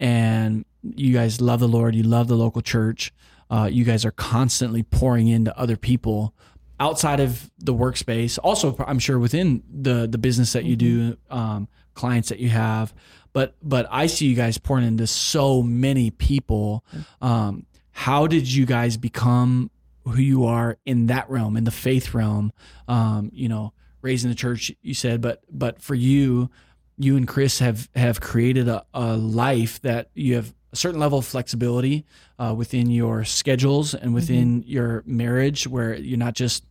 S1: and you guys love the lord you love the local church uh, you guys are constantly pouring into other people outside of the workspace also i'm sure within the the business that you do um, clients that you have but but i see you guys pouring into so many people um, how did you guys become who you are in that realm in the faith realm um, you know raising the church you said but but for you you and chris have have created a, a life that you have a certain level of flexibility uh, within your schedules and within your marriage, where you're not just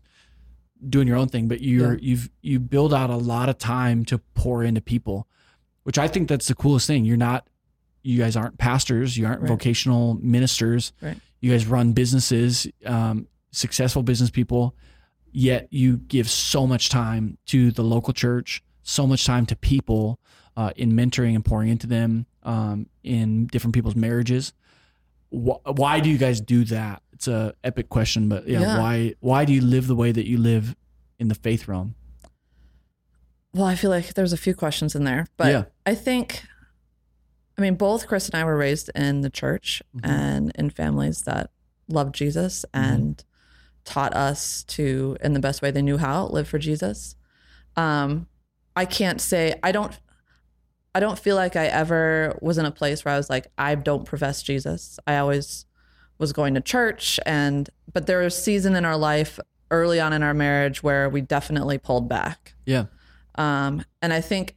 S1: doing your own thing, but you're you've you build out a lot of time to pour into people, which I think that's the coolest thing. You're not you guys aren't pastors, you aren't
S2: Right.
S1: vocational ministers.
S2: Right.
S1: You guys run businesses, um, successful business people, yet you give so much time to the local church, so much time to people uh, in mentoring and pouring into them um, in different people's marriages. Wh- why do you guys do that? It's a epic question, but yeah,
S2: Yeah.
S1: why why do you live the way that you live in the faith realm?
S2: Well, I feel like there's a few questions in there, but
S1: Yeah.
S2: I think, I mean, both Chris and I were raised in the church
S1: Mhm.
S2: and in families that loved Jesus and taught us to, in the best way they knew how, live for Jesus. Um, I can't say I don't. I don't feel like I ever was in a place where I was like, I don't profess Jesus. I always was going to church, and but there was a season in our life early on in our marriage where we definitely pulled back.
S1: Yeah.
S2: Um, and I think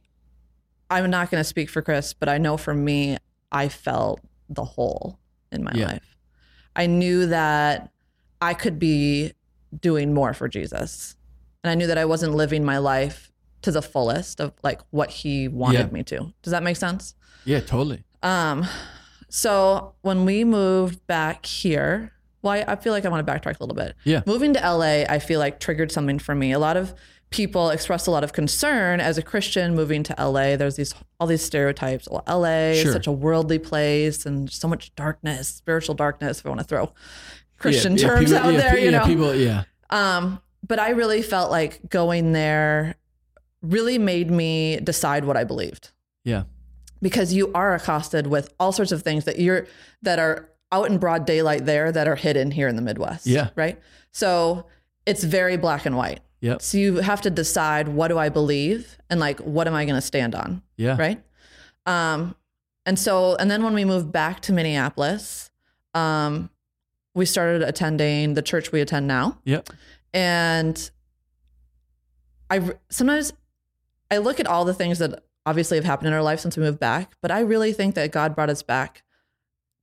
S2: I'm not going to speak for Chris, but I know for me, I felt the hole in my
S1: Yeah.
S2: life. I knew that I could be doing more for Jesus. And I knew that I wasn't living my life to the fullest of like what he wanted
S1: Yeah.
S2: me to. Does that make sense?
S1: Yeah, totally.
S2: Um, so when we moved back here, well, I, I feel like I want to backtrack a little bit.
S1: Yeah.
S2: Moving to LA, I feel like triggered something for me. A lot of people expressed a lot of concern as a Christian moving to LA. There's these all these stereotypes. Well, LA
S1: Sure.
S2: is such a worldly place and so much darkness, spiritual darkness, if I want to throw Christian
S1: Yeah, yeah,
S2: terms
S1: people-
S2: out
S1: yeah,
S2: there,
S1: pe-
S2: you
S1: yeah,
S2: know.
S1: people, yeah,
S2: Um, but I really felt like going there really made me decide what I believed.
S1: Yeah.
S2: Because you are accosted with all sorts of things that you're that are out in broad daylight there that are hidden here in the Midwest.
S1: Yeah.
S2: Right. So it's very black and white.
S1: Yep.
S2: So you have to decide what do I believe and like what am I going to stand on
S1: yeah.
S2: right? Um, and so, and then when we moved back to Minneapolis, um, we started attending the church we attend now.
S1: Yep.
S2: And I r- sometimes I look at all the things that obviously have happened in our life since we moved back, but I really think that God brought us back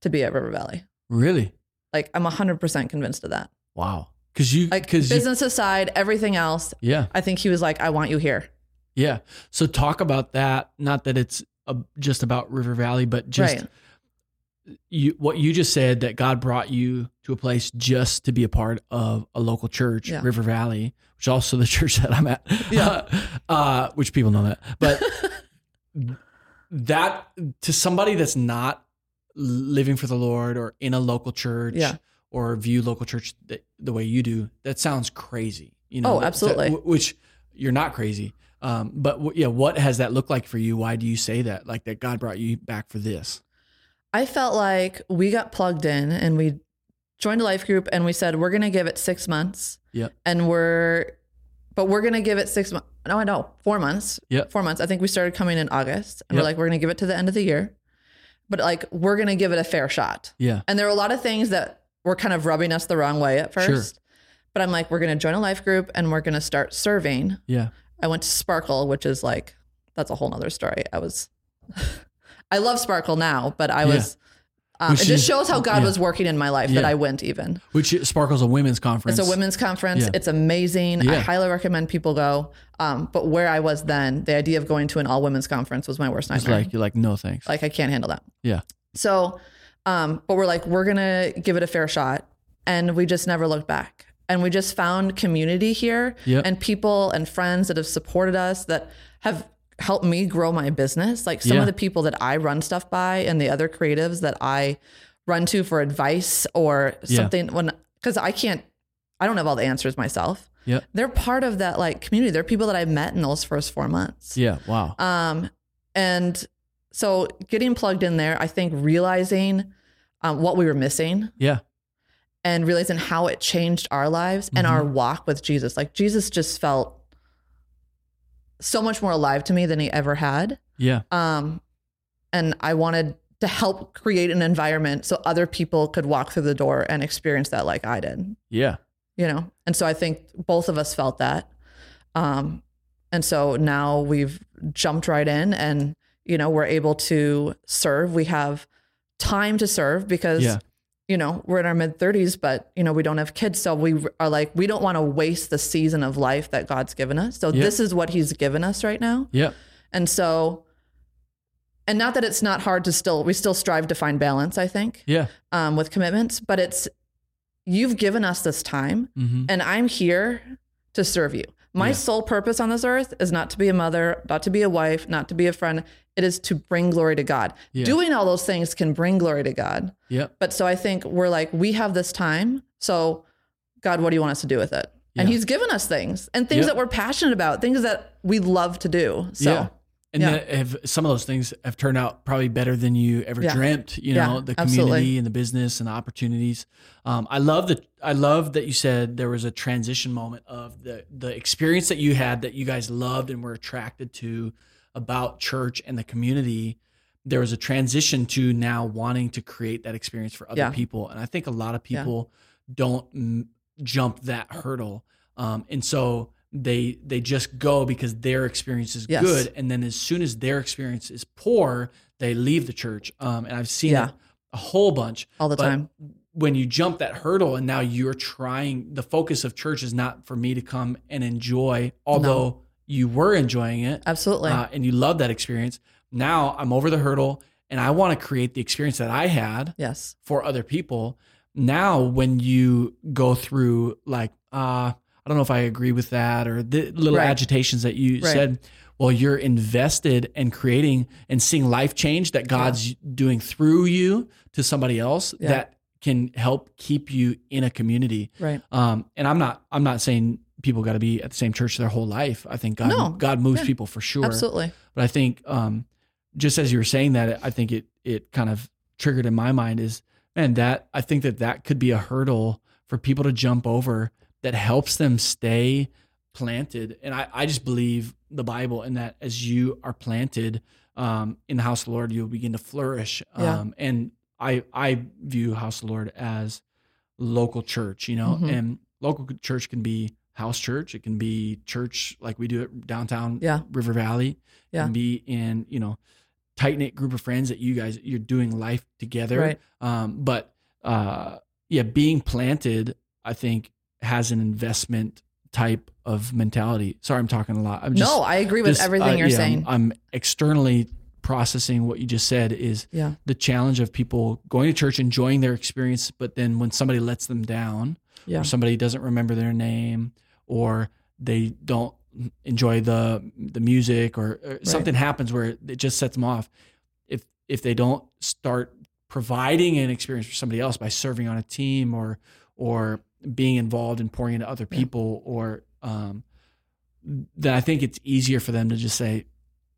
S2: to be at River Valley.
S1: Really?
S2: Like I'm 100% convinced of that.
S1: Wow. Because you,
S2: Like
S1: because you,
S2: business aside, everything else,
S1: yeah.
S2: I think he was like, I want you here.
S1: Yeah. So talk about that. Not that it's uh just about River Valley, but just
S2: right.
S1: you, what you just said that God brought you to a place just to be a part of a local church,
S2: Yeah.
S1: River Valley, which is also the church that I'm at.
S2: Yeah.
S1: uh, which people know that, but that to somebody that's not living for the Lord or in a local church
S2: Yeah.
S1: or view local church the, the way you do, that sounds crazy. You know,
S2: Oh,
S1: that- that-
S2: absolutely.
S1: wh- which you're not crazy. Um, but w- yeah, what has that looked like for you? Why do you say that? Like that God brought you back for this?
S2: I felt like we got plugged in and we joined a life group and we said we're going to give it six months.
S1: Yep.
S2: And we're, but we're going to give it six months. No, I know four months.
S1: Yep.
S2: Four months. I think we started coming in August and
S1: Yep.
S2: we're like we're going to give it to the end of the year, but like we're going to give it a fair shot.
S1: Yeah.
S2: And there were a lot of things that were kind of rubbing us the wrong way at first.
S1: Sure.
S2: But I'm like, we're going to join a life group and we're going to start serving.
S1: Yeah.
S2: I went to Sparkle, which is like that's a whole nother story. I was I love Sparkle now, but I
S1: Yeah.
S2: was um, it
S1: Which is-
S2: just shows how God
S1: yeah.
S2: was working in my life that
S1: Yeah.
S2: I went even.
S1: Which sparkles a women's conference.
S2: It's a women's conference.
S1: Yeah.
S2: It's amazing. I
S1: Yeah.
S2: highly recommend people go. Um, but where I was then, the idea of going to an all women's conference Uh, was my worst
S1: It's
S2: nightmare.
S1: like you're like no thanks.
S2: Like I can't handle that.
S1: Yeah.
S2: So, um, but we're like, we're gonna give it a fair shot, and we just never looked back, and we just found community here,
S1: Yep.
S2: and people and friends that have supported us that have helped me grow my business. Like some
S1: Yeah.
S2: of the people that I run stuff by, and the other creatives that I run to for advice or
S1: Yeah.
S2: something when because I can't, I don't have all the answers myself.
S1: Yep.
S2: They're part of that like community. They're people that I met in those first four months.
S1: yeah. Wow.
S2: Um, and so getting plugged in there, I think realizing um, what we were missing
S1: yeah.
S2: and realizing how it changed our lives and
S1: Mhm.
S2: our walk with Jesus. Like Jesus just felt so much more alive to me than he ever had.
S1: Yeah.
S2: Um, and I wanted to help create an environment so other people could walk through the door and experience that like I did
S1: Yeah.
S2: you know and so i think both of us felt that um and so now we've jumped right in and you know we're able to serve we have time to serve because
S1: Yeah.
S2: you know we're in our mid 30s but you know we don't have kids so we are like we don't want to waste the season of life that god's given us so
S1: Yeah.
S2: this is what he's given us right now
S1: Yeah.
S2: and so and not that it's not hard to still we still strive to find balance i think
S1: Yeah.
S2: um, with commitments but it's you've given us this time
S1: hmm
S2: and I'm here to serve you. My
S1: Yeah.
S2: sole purpose on this earth is not to be a mother, not to be a wife, not to be a friend. It is to bring glory to God.
S1: Yeah.
S2: Doing all those things can bring glory to God.
S1: Yep.
S2: But so I think we're like, we have this time. So, God, what do you want us to do with it? And
S1: Yeah.
S2: He's given us things and things
S1: Yep.
S2: that we're passionate about, things that we love to do. So,
S1: yeah. And
S2: yeah.
S1: that have, some of those things have turned out probably better than you ever
S2: Yeah.
S1: dreamt. You
S2: Yeah,
S1: know, the community
S2: absolutely.
S1: and the business and the opportunities. Um, I love that. I love that you said there was a transition moment of the the experience that you had that you guys loved and were attracted to about church and the community. There was a transition to now wanting to create that experience for other
S2: Yeah.
S1: people, and I think a lot of
S2: Yeah.
S1: people don't mm, jump that hurdle, um, and so they they just go because their experience is
S2: Yes.
S1: good and then as soon as their experience is poor, they leave the church. Um, and I've seen
S2: Yeah.
S1: it a whole bunch
S2: all the
S1: But
S2: time.
S1: When you jump that hurdle, and now you're trying. The focus of church is not for me to come and enjoy, although you were enjoying it
S2: Absolutely.
S1: uh, and you love that experience. Now I'm over the hurdle, and I want to create the experience that I had
S2: yes.
S1: for other people. Now, when you go through like, uh, I don't know if I agree with that or the little
S2: Right.
S1: agitations that you
S2: Right.
S1: said, well, you're invested in creating and seeing life change that God's doing through you to somebody else
S2: Yeah.
S1: that can help keep you in a community.
S2: Right.
S1: Um, and I'm not, I'm not saying people got to be at the same church their whole life. I think God,
S2: No.
S1: God moves
S2: Yeah.
S1: people for sure.
S2: Absolutely.
S1: But I think um, just as you were saying that, I think it it kind of triggered in my mind is man that I think that that could be a hurdle for people to jump over that helps them stay planted. And I I just believe the Bible and that as you are planted um, in the house of the Lord, you'll begin to flourish.
S2: Yeah.
S1: Um, and I I view house of the Lord as local church, you know,
S2: Mhm.
S1: and local church can be house church, it can be church like we do it downtown
S2: Yeah.
S1: River Valley,
S2: Yeah.
S1: and be in you know tight knit group of friends that you guys you're doing life together.
S2: Right.
S1: Um, but uh, yeah, being planted, I think, has an investment type of mentality. Sorry, I'm talking a lot. I'm just
S2: no, I agree with
S1: just,
S2: everything
S1: uh,
S2: you're
S1: yeah,
S2: saying.
S1: I'm, I'm externally processing what you just said is
S2: yeah.
S1: the challenge of people going to church, enjoying their experience, but then when somebody lets them down,
S2: Yeah.
S1: or somebody doesn't remember their name or they don't enjoy the the music or, or something happens where it just sets them off if if they don't start providing an experience for somebody else by serving on a team or or being involved and pouring into other
S2: Yeah.
S1: people or um then i think it's easier for them to just say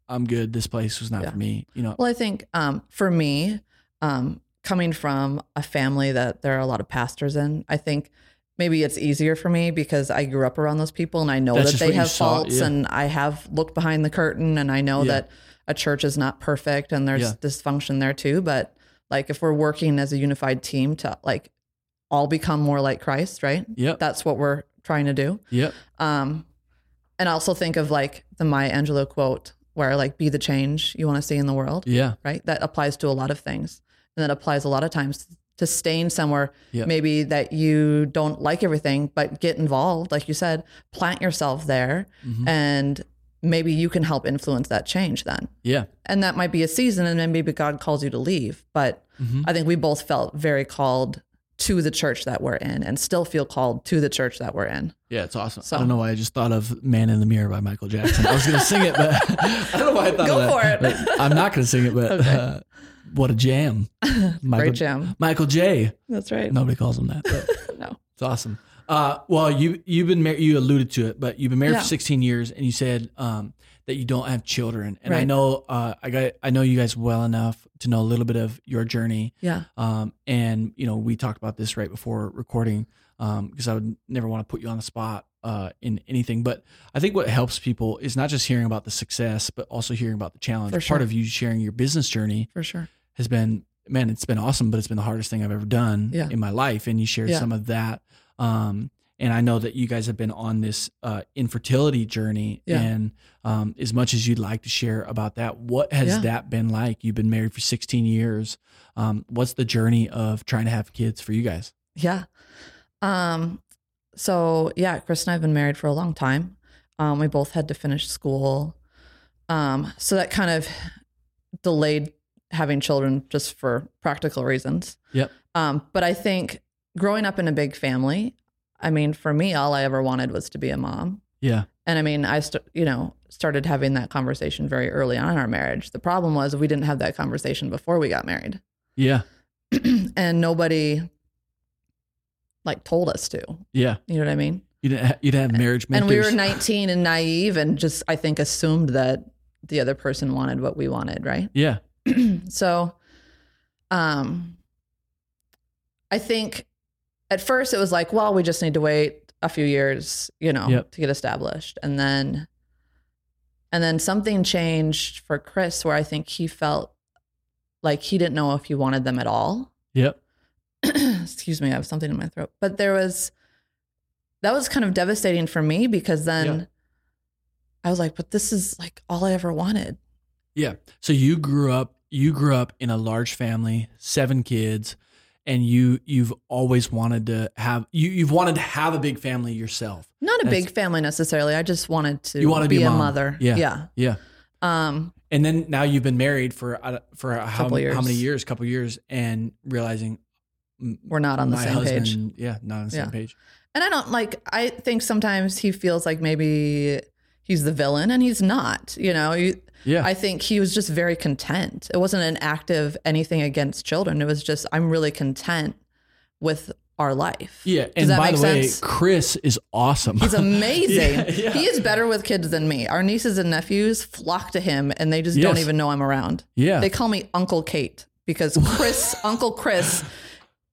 S1: i'm good this place was not
S2: Yeah.
S1: for me you know
S2: Well, I think um, for me, um, coming from a family that there are a lot of pastors in, I think maybe it's easier for me because I grew up around those people and I know
S1: That's
S2: that
S1: just
S2: they
S1: what you
S2: have
S1: saw,
S2: faults
S1: yeah.
S2: and I have looked behind the curtain and I know
S1: Yeah.
S2: that a church is not perfect and there's
S1: Yeah.
S2: dysfunction there too. But like if we're working as a unified team to like all become more like Christ, right?
S1: yep
S2: That's what we're trying to do.
S1: yep
S2: Um, and I also think of like the Maya Angelou quote where like be the change you want to see in the world
S1: yeah
S2: right? That applies to a lot of things. And that applies a lot of times to staying somewhere,
S1: Yeah.
S2: maybe that you don't like everything, but get involved. Like you said, plant yourself there
S1: Mhm.
S2: and maybe you can help influence that change then.
S1: yeah
S2: And that might be a season and then maybe God calls you to leave. But
S1: Mhm.
S2: I think we both felt very called to the church that we're in and still feel called to the church that we're in.
S1: Yeah, it's awesome.
S2: So-
S1: I don't know why I just thought of "Man in the Mirror" by Michael Jackson. I was going to sing it, but I don't know why I thought
S2: Go
S1: of that.
S2: for it.
S1: But I'm not going to sing it, but
S2: Okay.
S1: uh, what a jam! Michael,
S2: Great jam.
S1: Michael J.
S2: That's right.
S1: Nobody calls him that. but
S2: No.
S1: it's awesome. Uh, well, you you've been married. You alluded to it, but you've been married
S2: Yeah.
S1: for 16 years, and you said um, that you don't have children. And I
S2: Right.
S1: know uh, I got I know you guys well enough to know a little bit of your journey.
S2: Yeah.
S1: Um, and you know, we talked about this right before recording because I would never want to put you on the spot uh, in anything. But I think what helps people is not just hearing about the success, but also hearing about the challenge.
S2: For
S1: Part
S2: sure.
S1: of you sharing your business journey
S2: For sure.
S1: has been, man, it's been awesome, but it's been the hardest thing I've ever done
S2: Yeah.
S1: in my life. And you shared
S2: Yeah.
S1: some of that. Um, And I know that you guys have been on this uh, infertility journey.
S2: Yeah.
S1: And um, as much as you'd like to share about that, what has
S2: Yeah.
S1: that been like? You've been married for 16 years. Um, what's the journey of trying to have kids for you guys?
S2: Yeah. Um, so yeah, Chris and I have been married for a long time. Um, we both had to finish school. Um, so that kind of delayed having children just for practical reasons.
S1: Yep.
S2: Um, but I think growing up in a big family, I mean, for me, all I ever wanted was to be a mom.
S1: Yeah.
S2: And I mean, I st- you know started having that conversation very early on in our marriage. The problem was we didn't have that conversation before we got married
S1: Yeah.
S2: and nobody like told us to.
S1: Yeah.
S2: You know what I mean?
S1: You didn't, ha- you didn't have marriage mentors.
S2: And we were 19 and naive and just I think assumed that the other person wanted what we wanted, right?
S1: Yeah.
S2: so um I think at first it was like, well, we just need to wait a few years, you know,
S1: Yep.
S2: to get established. And then and then something changed for Chris where I think he felt like he didn't know if he wanted them at all.
S1: Yep.
S2: excuse me, I have something in my throat. But there was that was kind of devastating for me because then
S1: Yeah.
S2: I was like, but this is like all I ever wanted.
S1: Yeah. So you grew up you grew up in a large family, seven kids, and you you've always wanted to have you you've wanted to have a big family yourself.
S2: Not a
S1: That's-
S2: big family necessarily. I just wanted to
S1: You wanna
S2: be,
S1: be a
S2: a
S1: mom.
S2: mother.
S1: Yeah.
S2: Yeah.
S1: Yeah.
S2: Um
S1: And then now you've been married for uh, for how,
S2: Couple
S1: how many
S2: years.
S1: years, couple years and realizing mm,
S2: we're not on the
S1: my
S2: same
S1: husband,
S2: page.
S1: Yeah, not on the
S2: Yeah.
S1: same page.
S2: And I don't like I think sometimes he feels like maybe he's the villain and he's not, you know. You,
S1: Yeah.
S2: I think he was just very content. It wasn't an active anything against children. It was just I'm really content with our life.
S1: yeah,
S2: Does
S1: and
S2: that
S1: by
S2: make
S1: the way,
S2: sense?
S1: Chris is awesome.
S2: He's amazing.
S1: Yeah, yeah.
S2: He is better with kids than me. Our nieces and nephews flock to him and they just don't
S1: Yes.
S2: even know I'm around.
S1: yeah.
S2: They call me Uncle Kate because Chris, Uncle Chris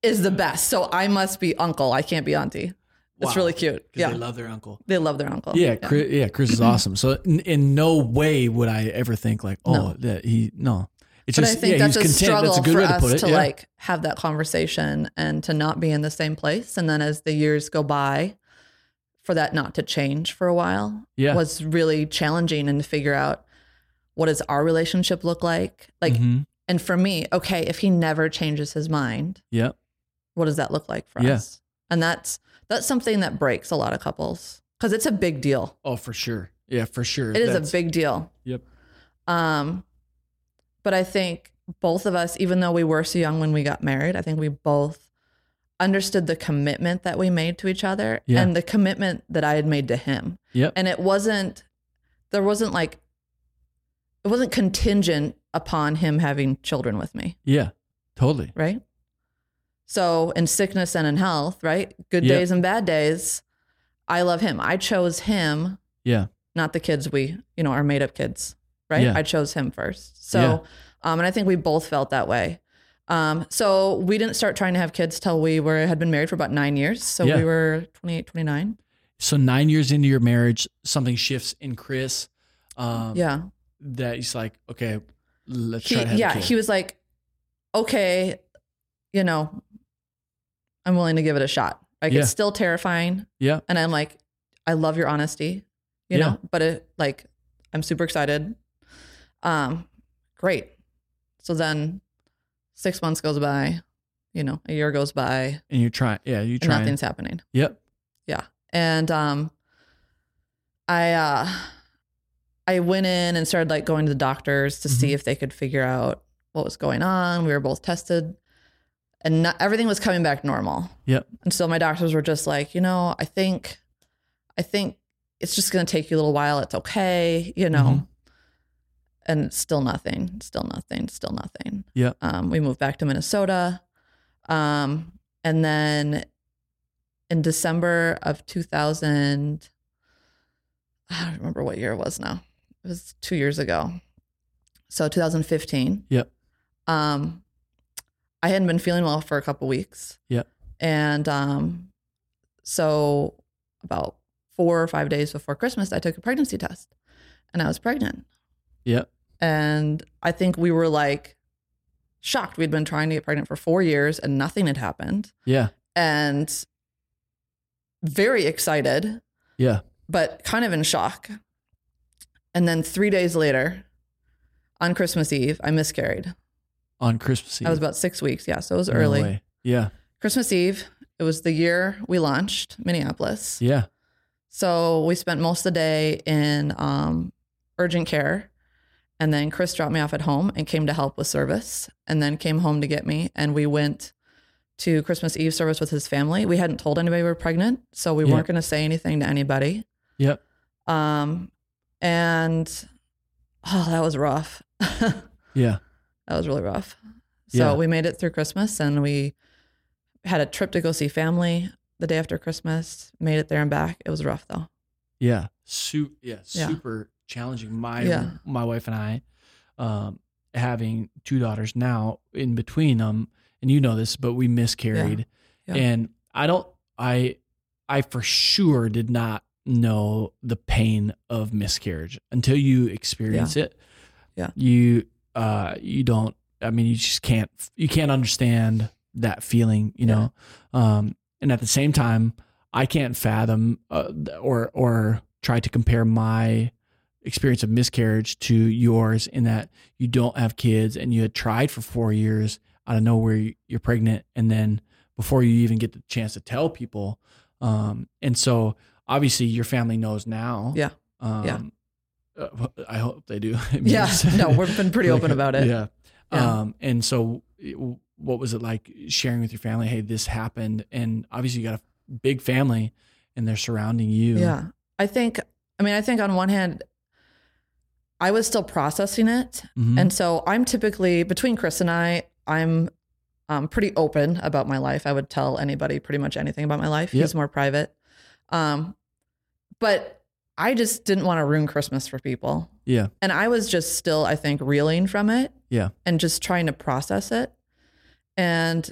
S2: is the best. So I must be uncle. I can't be auntie. It's
S1: Wow.
S2: really cute.
S1: 'Cause
S2: Yeah.
S1: they love their uncle.
S2: their uncle.
S1: Yeah, Chris, yeah, Chris is awesome. So in, in no way would I ever think like, oh,
S2: No.
S1: that he no. It's
S2: But
S1: just
S2: I think
S1: yeah,
S2: that's a
S1: he's content.
S2: struggle
S1: That's a good
S2: for
S1: way to
S2: us
S1: put it.
S2: to
S1: yeah.
S2: like have that conversation and to not be in the same place. And then as the years go by, for that not to change for a while
S1: Yeah.
S2: was really challenging and to figure out what does our relationship look like? Like
S1: Mhm.
S2: and for me, okay, if he never changes his mind,
S1: yeah,
S2: what does that look like for
S1: Yeah.
S2: us? And that's that's something that breaks a lot of couples because it's a big deal.
S1: oh for sure, yeah, for sure.
S2: It is
S1: That's-
S2: a big deal.
S1: Yep.
S2: Um, but I think both of us, even though we were so young when we got married, I think we both understood the commitment that we made to each other
S1: Yeah.
S2: and the commitment that I had made to him.
S1: Yep.
S2: And it wasn't there wasn't like it wasn't contingent upon him having children with me
S1: yeah, totally.
S2: right? So in sickness and in health, right? Good
S1: Yep.
S2: days and bad days, I love him. I chose him,
S1: Yeah,
S2: not the kids we, you know, our made up kids, right?
S1: Yeah.
S2: I chose him first. So,
S1: Yeah.
S2: um, and I think we both felt that way. Um, so we didn't start trying to have kids till we were had been married for about nine years. So
S1: Yeah.
S2: we were 28, 29.
S1: so nine years into your marriage, something shifts in Chris. Um,
S2: yeah.
S1: that he's like, okay, let's
S2: He,
S1: try to have
S2: yeah.
S1: a kid.
S2: He was like, okay, you know, I'm willing to give it a shot. Like
S1: Yeah.
S2: it's still terrifying.
S1: yeah,
S2: and I'm like, I love your honesty, you
S1: Yeah.
S2: know, but it like I'm super excited. Um, great. So then six months goes by, you know, a year goes by,
S1: and you're trying. Yeah, you're
S2: and
S1: trying.
S2: nothing's happening.
S1: Yep.
S2: And um I uh I went in and started like going to the doctors to see if they could figure out what was going on. We were both tested and not, everything was coming back normal.
S1: Yep.
S2: And so my doctors were just like, you know, I think, I think it's just going to take you a little while. It's okay, you know.
S1: Mhm.
S2: And still nothing, still nothing, still nothing.
S1: Yeah.
S2: Um, we moved back to Minnesota. Um, and then in December of 2000, I don't remember what year it was now. It was two years ago. So 2015.
S1: Yep.
S2: Um, I hadn't been feeling well for a couple weeks.
S1: Yep.
S2: And um, so about four or five days before Christmas, I took a pregnancy test and I was pregnant.
S1: Yep.
S2: And I think we were like shocked. We'd been trying to get pregnant for four years and nothing had happened.
S1: Yeah.
S2: And very excited,
S3: Yeah.
S2: but kind of in shock. And then three days later, on Christmas Eve, I miscarried.
S1: on Christmas Eve.
S2: I was about six weeks. Yeah, so it was
S1: No
S2: early.
S1: way. Yeah.
S2: Christmas Eve, it was the year we launched Minneapolis.
S1: Yeah.
S2: So we spent most of the day in um, urgent care. And then Chris dropped me off at home and came to help with service and then came home to get me. And we went to Christmas Eve service with his family. We hadn't told anybody we were pregnant. So we
S1: Yeah.
S2: weren't going to say anything to anybody.
S1: Yep.
S2: Um, and oh, that was rough. that
S1: Yeah.
S2: was really rough. So
S1: Yeah.
S2: we made it through Christmas and we had a trip to go see family the day after Christmas, made it there and back. It was rough though.
S1: Yeah. Su- yeah.
S2: Yeah.
S1: Super challenging. My
S2: Yeah.
S1: my wife and I, um, having two daughters now in between them, and you know this, but we miscarried,
S2: Yeah.
S1: and I don't. I I for sure did not know the pain of miscarriage until you experience it.
S2: Yeah.
S1: You uh you don't. I mean, you just can't. You can't understand that feeling. You
S2: Yeah.
S1: know. Um, and at the same time, I can't fathom uh, or or try to compare my experience of miscarriage to yours in that you don't have kids and you had tried for four years out of nowhere you- you're pregnant and then before you even get the chance to tell people um, and so obviously your family knows now
S2: Yeah.
S1: um,
S2: Yeah.
S1: uh, I hope they do I mean,
S2: Yeah.
S1: it's-
S2: No, we've been pretty open about it.
S1: yeah.
S2: Yeah.
S1: Um, and so, it- what was it like sharing with your family? Hey, this happened, and obviously you got a big family, and they're surrounding you.
S2: Yeah. I think, I mean, I think on one hand, I was still processing it.
S1: Mhm.
S2: And so I'm typically, between Chris and I, I'm um, pretty open about my life. I would tell anybody pretty much anything about my life.
S1: Yep.
S2: He's more private. Um, but I just didn't want to ruin Christmas for people.
S1: yeah,
S2: And I was just still, I think, reeling from it.
S1: Yeah.
S2: And just trying to process it. And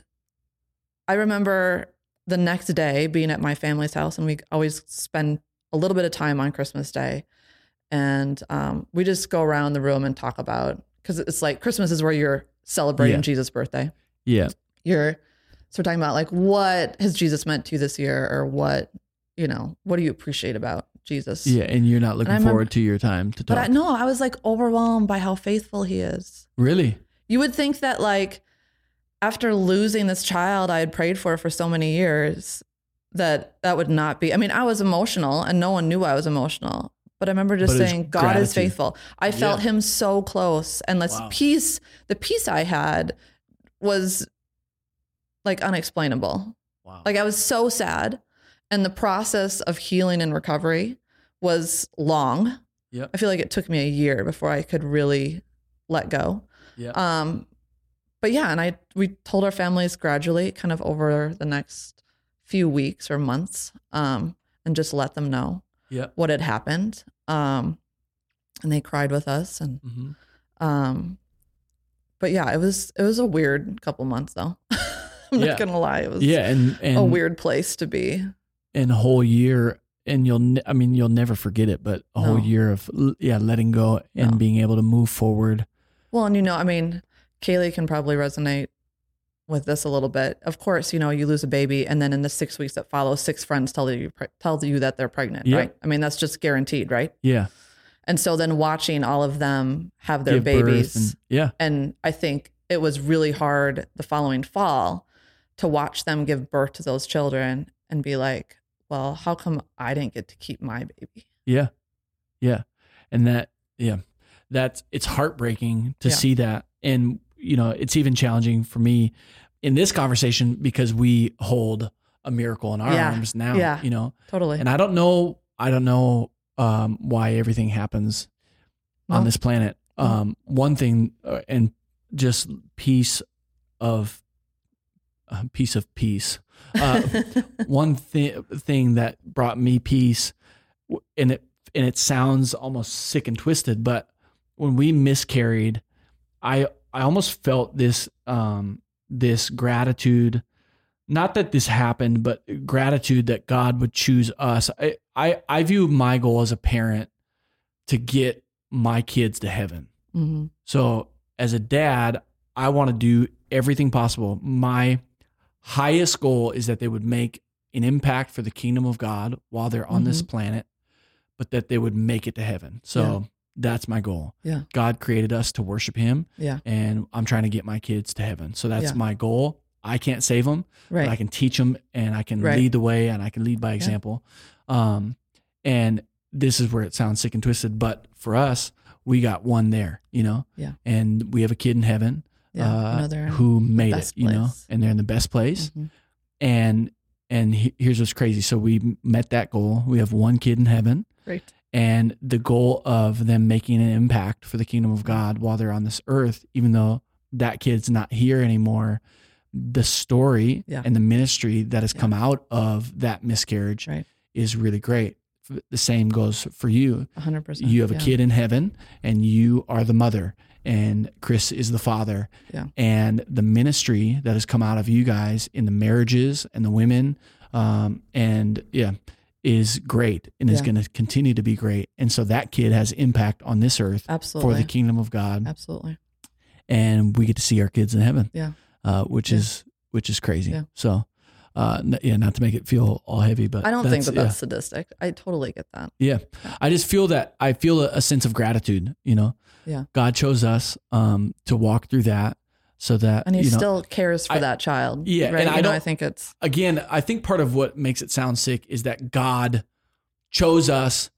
S2: I remember the next day being at my family's house, and we always spend a little bit of time on Christmas Day. And um, we just go around the room and talk about, because it's like Christmas is where you're celebrating
S1: Yeah.
S2: Jesus' birthday
S1: yeah,
S2: you're so we're talking about like what has Jesus meant to you this year or what you know what do you appreciate about Jesus
S1: yeah. And you're not looking
S2: I'm-
S1: forward to your time to
S2: but
S1: talk.
S2: I, no I was like overwhelmed by how faithful he is
S1: really?
S2: you would think that like after losing this child I had prayed for for so many years that that would not be I mean I was emotional and no one knew I was emotional but I remember just
S1: But it's
S2: saying God
S1: gratitude.
S2: is faithful I felt
S1: Yeah.
S2: him so close and this
S1: Wow.
S2: peace the peace I had was like unexplainable
S1: Wow.
S2: like I was so sad. And the process of healing and recovery was long.
S1: Yep.
S2: I feel like it took me a year before I could really let go.
S1: yeah,
S2: Um, but yeah, and I we told our families gradually, kind of over the next few weeks or months, um, and just let them know
S1: yeah.
S2: what had happened. Um, and they cried with us and
S1: hmm
S2: um but yeah, it was it was a weird couple months though. I'm
S1: Yeah.
S2: not gonna lie. It was
S1: Yeah, and and
S2: a weird place to be.
S1: and a whole year, and you'll. Ne- I mean, you'll never forget it. But a whole
S2: No.
S1: year of l- yeah, letting go and
S2: No.
S1: being able to move forward.
S2: Well, and you know, I mean, Kaylee can probably resonate with this a little bit. Of course, you know, you lose a baby, and then in the six weeks that follow, six friends tell you tell you that they're pregnant,
S1: Yeah.
S2: right? I mean, that's just guaranteed, right?
S1: Yeah,
S2: And so then watching all of them have their
S1: give birth
S2: babies,
S1: and- yeah,
S2: and I think it was really hard the following fall to watch them give birth to those children and be like, "Well, how come I didn't get to keep my baby?"
S1: Yeah. Yeah. And that, yeah, that's, it's heartbreaking to
S2: Yeah.
S1: see that. And, you know, it's even challenging for me in this conversation because we hold a miracle in our
S2: Yeah.
S1: arms now,
S2: Yeah.
S1: you know,
S2: Totally.
S1: and I don't know, I don't know, um, why everything happens on
S2: No.
S1: this planet.
S2: No.
S1: Um, one thing uh, and just piece of, uh, piece of peace, uh, one thi- thing that brought me peace w- and it and it sounds almost sick and twisted but when we miscarried i i almost felt this um this gratitude not that this happened but gratitude that god would choose us i i, I view my goal as a parent to get my kids to heaven
S2: Mhm.
S1: so as a dad, I want to do everything possible. My highest goal is that they would make an impact for the kingdom of God while they're on this planet, but that they would make it to heaven. So
S2: Mm-hmm. Yeah.
S1: that's my goal.
S2: Yeah.
S1: God created us to worship Him,
S2: Yeah.
S1: and I'm trying to get my kids to heaven. So that's
S2: Yeah.
S1: my goal. I can't save them,
S2: Right.
S1: but I can teach them and I can
S2: Right.
S1: lead the way and I can lead by example. Um, and this is where it sounds sick and twisted, but for us, we got one there, you know?
S2: Yeah.
S1: And we have a kid in heaven
S2: yeah.
S1: uh,
S2: Another.
S1: who made it,
S2: best
S1: you know,
S2: place.
S1: and they're in the best place.
S2: Mhm.
S1: And, and he- here's what's crazy. So we m- met that goal. We have one kid in heaven
S2: Great.
S1: and the goal of them making an impact for the kingdom of God while they're on this earth, even though that kid's not here anymore, the story
S2: Yeah.
S1: and the ministry that has
S2: Yeah.
S1: come out of that miscarriage
S2: Right.
S1: is really great. F- The same goes for you.
S2: 100%.
S1: You have a
S2: yeah.
S1: kid in heaven, and you are the mother, and Chris is the father.
S2: Yeah.
S1: And the ministry that has come out of you guys in the marriages and the women, um, and yeah, is great and is
S2: Yeah.
S1: going to continue to be great. And so that kid has impact on this earth
S2: Absolutely.
S1: for the kingdom of God,
S2: Absolutely.
S1: and we get to see our kids in heaven.
S2: Yeah.
S1: Uh, which
S2: Yeah.
S1: is which is crazy.
S2: Yeah.
S1: So. Uh, n- yeah, not to make it feel all heavy, but
S2: I don't think that
S1: Uh, yeah.
S2: that's sadistic. I totally get that.
S1: Yeah. I just feel that I feel a, a sense of gratitude, you know.
S2: Yeah.
S1: God chose us um to walk through that so that
S2: And he
S1: you know,
S2: still cares for
S1: I-
S2: that child.
S1: Yeah,
S2: Right.
S1: and
S2: you
S1: I
S2: know,
S1: don't-
S2: I think it's
S1: again, I think part of what makes it sound sick is that God chose us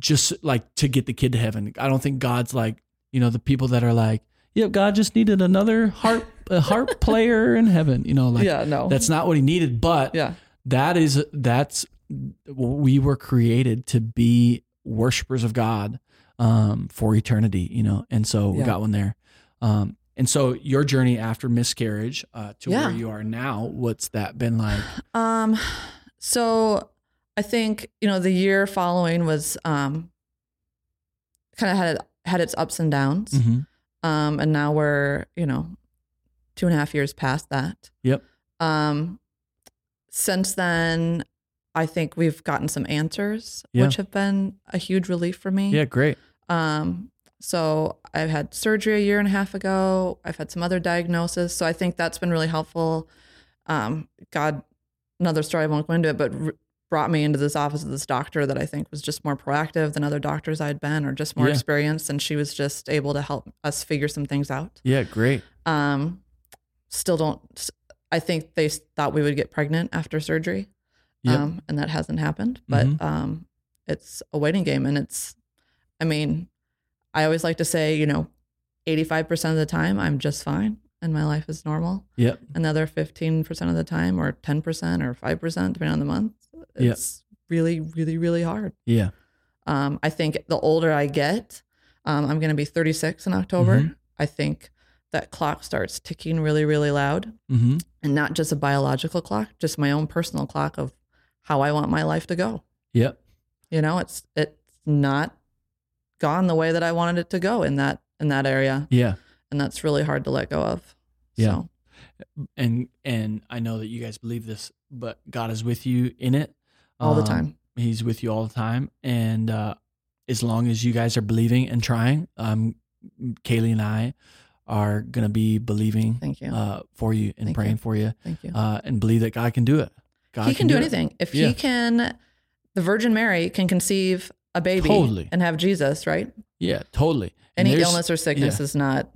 S1: just like to get the kid to heaven. I don't think God's like, you know, the people that are like, yeah, God just needed another harp a harp player in heaven, you know, like
S2: yeah, no.
S1: that's not what he needed, but
S2: yeah.
S1: that is that's we were created to be worshipers of God um, for eternity, you know, and so we
S2: Yeah.
S1: got one there. Um, and so your journey after miscarriage uh, to
S2: Yeah.
S1: where you are now, what's that been like?
S2: Um, so I think you know the year following was um, kind of had had its ups and downs.
S1: Mhm.
S2: Um, and now we're you know two and a half years past that.
S1: Yep.
S2: Um, since then, I think we've gotten some answers,
S1: Yeah.
S2: which have been a huge relief for me.
S1: Yeah, great.
S2: Um, so I've had surgery a year and a half ago. I've had some other diagnosis. So I think that's been really helpful. Um, God, another story I won't go into it, but r- brought me into this office of this doctor that I think was just more proactive than other doctors I'd been or just more
S1: Yeah.
S2: experienced. And she was just able to help us figure some things out.
S1: Yeah, great.
S2: Um, still don't, I think they s- thought we would get pregnant after surgery.
S1: Yep.
S2: Um, and that hasn't happened, but
S1: Mhm.
S2: um, it's a waiting game. And it's, I mean, I always like to say, you know, 85% of the time, I'm just fine and my life is normal.
S1: Yep.
S2: Another 15% of the time, or 10% or 5%, depending on the month,
S1: Yeah.
S2: it's really, really, really hard.
S1: Yeah.
S2: Um, I think the older I get, um, I'm going to be 36 in October.
S1: Mhm.
S2: I think that clock starts ticking really, really loud
S1: hmm
S2: and not just a biological clock, just my own personal clock of how I want my life to go.
S1: Yep.
S2: You know, it's it's not gone the way that I wanted it to go in that in that area,
S1: Yeah.
S2: and that's really hard to let go of.
S1: Yeah.
S2: So,
S1: And and I know that you guys believe this, but God is with you in it
S2: all the
S1: Um,
S2: time.
S1: He's with you all the time, and uh, as long as you guys are believing and trying, um, Kaylee and I are gonna be believing
S2: Thank you.
S1: uh, for you and
S2: Thank
S1: praying
S2: you.
S1: for you,
S2: Thank you.
S1: uh, and believe that God can do it. God
S2: he can do
S1: it.
S2: anything. If
S1: Yeah.
S2: he can the Virgin Mary can conceive a baby
S1: Totally.
S2: and have Jesus, right?
S1: Yeah, totally. And
S2: Any
S1: there's-
S2: illness or sickness is not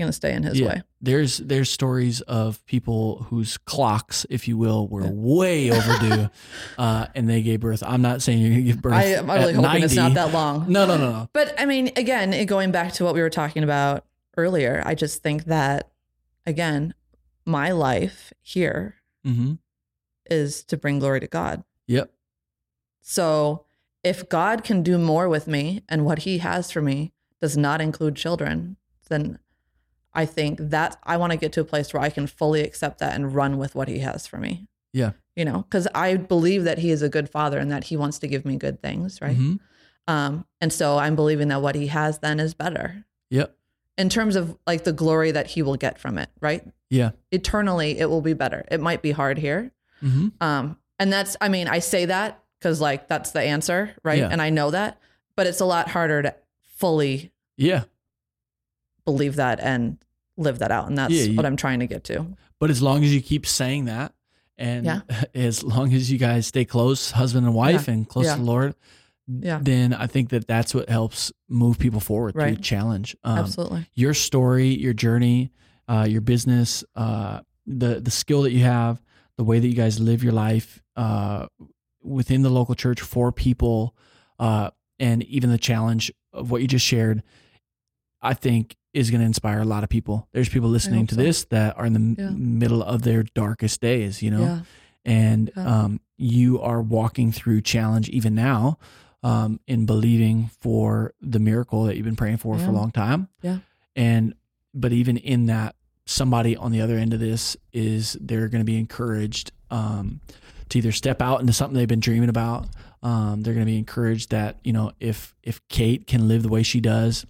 S2: going to stay in his
S1: Yeah.
S2: way.
S1: There's there's stories of people whose clocks, if you will, were way overdue, uh, and they gave birth. I'm not saying you're gonna give birth.
S2: I am
S1: at
S2: really hoping
S1: 90.
S2: it's not that long.
S1: No, no, no, no.
S2: But I mean, again, it- going back to what we were talking about earlier, I just think that, again, my life here
S1: Mm-hmm.
S2: is to bring glory to God.
S1: Yep.
S2: So if God can do more with me and what he has for me does not include children, then I think that I want to get to a place where I can fully accept that and run with what he has for me.
S1: Yeah.
S2: You know, because I believe that he is a good father and that he wants to give me good things, right?
S1: Mhm.
S2: Um, and so I'm believing that what he has then is better
S1: Yep.
S2: in terms of like the glory that he will get from it, right?
S1: Yeah.
S2: Eternally, it will be better. It might be hard here.
S1: Mm-hmm.
S2: Um, and that's, I mean, I say that because like that's the answer, right?
S1: Yeah.
S2: And I know that, but it's a lot harder to fully
S1: Yeah.
S2: believe that and live that out. And that's
S1: Yeah, you- Um,
S2: what I'm trying to get to.
S1: But as long as you keep saying that And
S2: Yeah.
S1: as long as you guys stay close, husband and wife, and close
S2: Yeah.
S1: to the Lord,
S2: Yeah.
S1: then I think that that's what helps move people forward through
S2: Right.
S1: challenge. Um,
S2: Absolutely.
S1: Your story, your journey, uh, your business, uh, the the skill that you have, the way that you guys live your life uh, within the local church for people, uh, and even the challenge of what you just shared, I think is going to inspire a lot of people. There's people listening
S2: hope
S1: to
S2: so.
S1: this that are in the m-
S2: Yeah.
S1: middle of their darkest days, you know
S2: Yeah.
S1: and
S2: Yeah.
S1: um, you are walking through challenge even now um, in believing for the miracle that you've been praying for
S2: Yeah.
S1: for a long time.
S2: Yeah.
S1: And but even in that, somebody on the other end of this is they're going to be encouraged um, to either step out into something they've been dreaming about. Um, they're going to be encouraged that you know if if Kate can live the way she does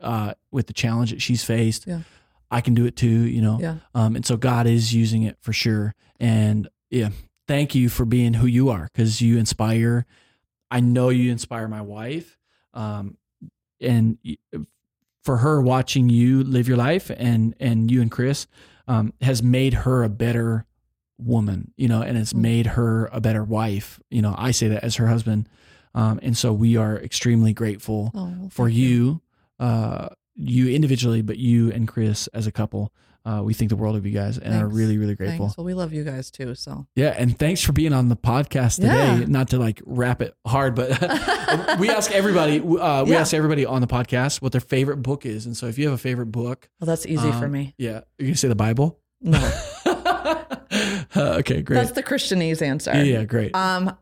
S1: uh, with the challenge that she's faced,
S2: Yeah.
S1: I can do it too. You know.
S2: Yeah.
S1: Um, and so God is using it for sure. And yeah, thank you for being who you are because you inspire. I know you inspire my wife. Um, and y- for her watching you live your life and and you and Chris um, has made her a better woman, you know, and it's
S2: Mm.
S1: made her a better wife. You know, I say that as her husband. Um, and so we are extremely grateful
S2: Oh, well,
S1: for
S2: thank
S1: you, uh, you individually, but you and Chris as a couple. Uh, we think the world of you guys and are
S2: Thanks.
S1: really, really grateful.
S2: Thanks. Well, we love you guys too. So
S1: Yeah. And thanks for being on the podcast today.
S2: Yeah.
S1: Not to like wrap it hard, but we ask everybody, uh, we
S2: Yeah.
S1: ask everybody on the podcast what their favorite book is. And so if you have a favorite book,
S2: well, that's easy for
S1: um,
S2: me.
S1: Yeah. You're going to say the Bible?
S2: No,
S1: Uh, okay. Great.
S2: that's the Christianese answer.
S1: Yeah. yeah, Great.
S2: Um,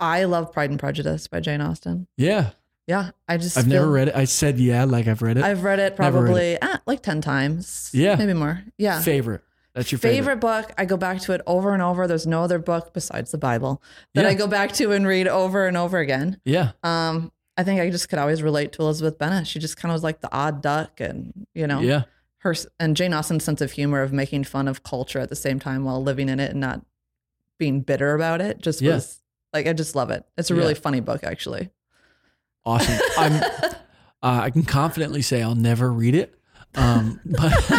S2: I love Pride and Prejudice by Jane Austen.
S1: yeah.
S2: Yeah, I just
S1: I've never
S2: feel-
S1: read it. I said, yeah, like I've read it.
S2: I've read it
S1: Never read
S2: probably ah, like ten times.
S1: Yeah.
S2: maybe more. Yeah,
S1: Favorite. That's your favorite.
S2: favorite book. I go back to it over and over. There's no other book besides the Bible that
S1: Yeah.
S2: I go back to and read over and over again.
S1: Yeah.
S2: Um, I think I just could always relate to Elizabeth Bennet. She just kind of was like the odd duck, and you know,
S1: Yeah.
S2: her s- and Jane Austen's sense of humor of making fun of culture at the same time while living in it and not being bitter about it just
S1: Yeah.
S2: was like I just love it. It's a
S1: Yeah.
S2: really funny book, actually.
S1: Awesome. I'm, uh, I can confidently say I'll never read it. Um, but,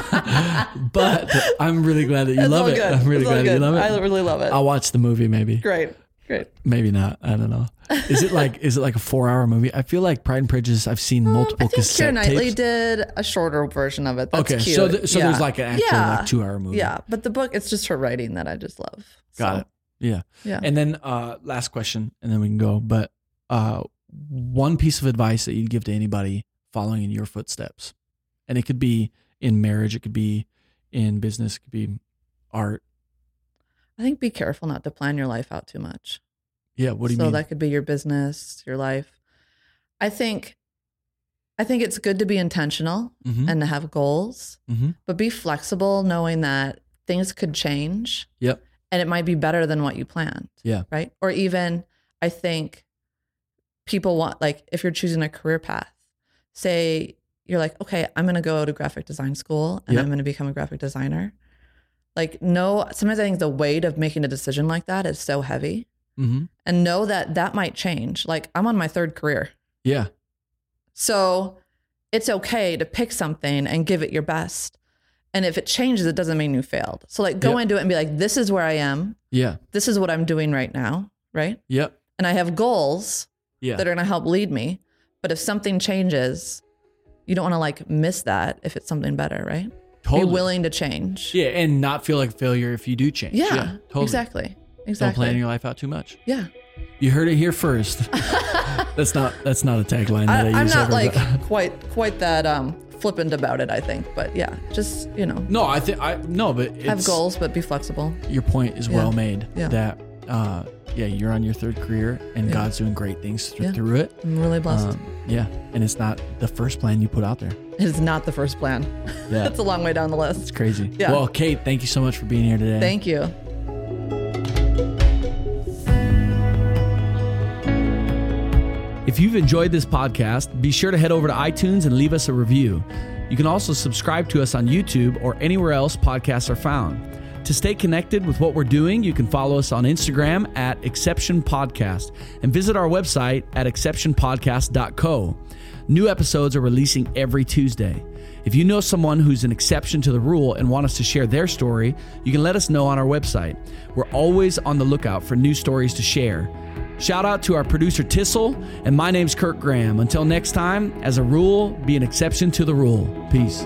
S1: but I'm really glad that you
S2: It's
S1: love
S2: all
S1: it.
S2: good.
S1: I'm really
S2: It's all
S1: glad that you
S2: good.
S1: love it.
S2: I really love it.
S1: I'll watch the movie maybe.
S2: great, great.
S1: Maybe not. I don't know. Is it like is it like a four hour movie? I feel like Pride and Prejudice. I've seen multiple
S2: Mm, I think
S1: cassette
S2: Keira Knightley
S1: tapes.
S2: did a shorter version of it. That's
S1: okay,
S2: cute.
S1: so th- so
S2: Yeah.
S1: there's like an actual
S2: Yeah.
S1: like two hour movie.
S2: yeah, but the book it's just her writing that I just love.
S1: got
S2: So,
S1: it. Yeah,
S2: Yeah.
S1: And then uh, last question, and then we can go. But uh, one piece of advice that you'd give to anybody following in your footsteps, and it could be in marriage, it could be in business, it could be art.
S2: I think be careful not to plan your life out too much.
S1: Yeah. What do you
S2: so
S1: mean?
S2: that could be your business, your life. I think I think it's good to be intentional
S1: Mhm.
S2: and to have goals,
S1: Mhm.
S2: but be flexible knowing that things could change
S1: Yep.
S2: and it might be better than what you planned.
S1: Yeah.
S2: Right. Or even I think people want like if you're choosing a career path, say you're like, okay, I'm gonna go to graphic design school and
S1: Yeah.
S2: I'm gonna become a graphic designer. Like no sometimes I think the weight of making a decision like that is so heavy
S1: Mhm.
S2: and know that that might change. Like I'm on my third career.
S1: Yeah.
S2: So it's okay to pick something and give it your best. And if it changes, it doesn't mean you failed. So like go
S1: Yeah.
S2: into it and be like, this is where I am.
S1: Yeah.
S2: This is what I'm doing right now. Right.
S1: Yep.
S2: And I have goals
S1: Yeah.
S2: that are going to help lead me. But if something changes, you don't want to like miss that if it's something better, right?
S1: totally.
S2: Be willing to change.
S1: Yeah, and not feel like a failure if you do change.
S2: Yeah,
S1: totally.
S2: Exactly.
S1: Don't
S2: Exactly.
S1: plan your life out too much.
S2: yeah.
S1: You heard it here first. that's not that's not a tagline
S2: I,
S1: that I,
S2: I'm
S1: use
S2: not
S1: ever,
S2: like
S1: but-
S2: quite quite that um, flippant about it. I think, but yeah, just you know,
S1: No, I think I no, but it's,
S2: have goals but be flexible.
S1: Your point is
S2: Yeah.
S1: well made.
S2: Yeah.
S1: That uh, yeah, you're on your third career, and
S2: Yeah.
S1: God's doing great things thr-
S2: Yeah.
S1: through it.
S2: I'm really blessed.
S1: Um, yeah, and it's not the first plan you put out there.
S2: it is not the first plan.
S1: Yeah,
S2: That's a long way down the list.
S1: it's crazy.
S2: Yeah.
S1: Well, Kate, thank you so much for being here today.
S2: Thank you.
S3: If you've enjoyed this podcast, be sure to head over to iTunes and leave us a review. You can also subscribe to us on YouTube or anywhere else podcasts are found.
S1: To stay connected with what we're doing, you can follow us on Instagram at Exception Podcast and visit our website at exceptionpodcast.co. New episodes are releasing every Tuesday. If you know someone who's an exception to the rule and want us to share their story, you can let us know on our website. We're always on the lookout for new stories to share. Shout out to our producer Tissel, and my name's Kirk Graham. Until next time, as a rule, be an exception to the rule. Peace.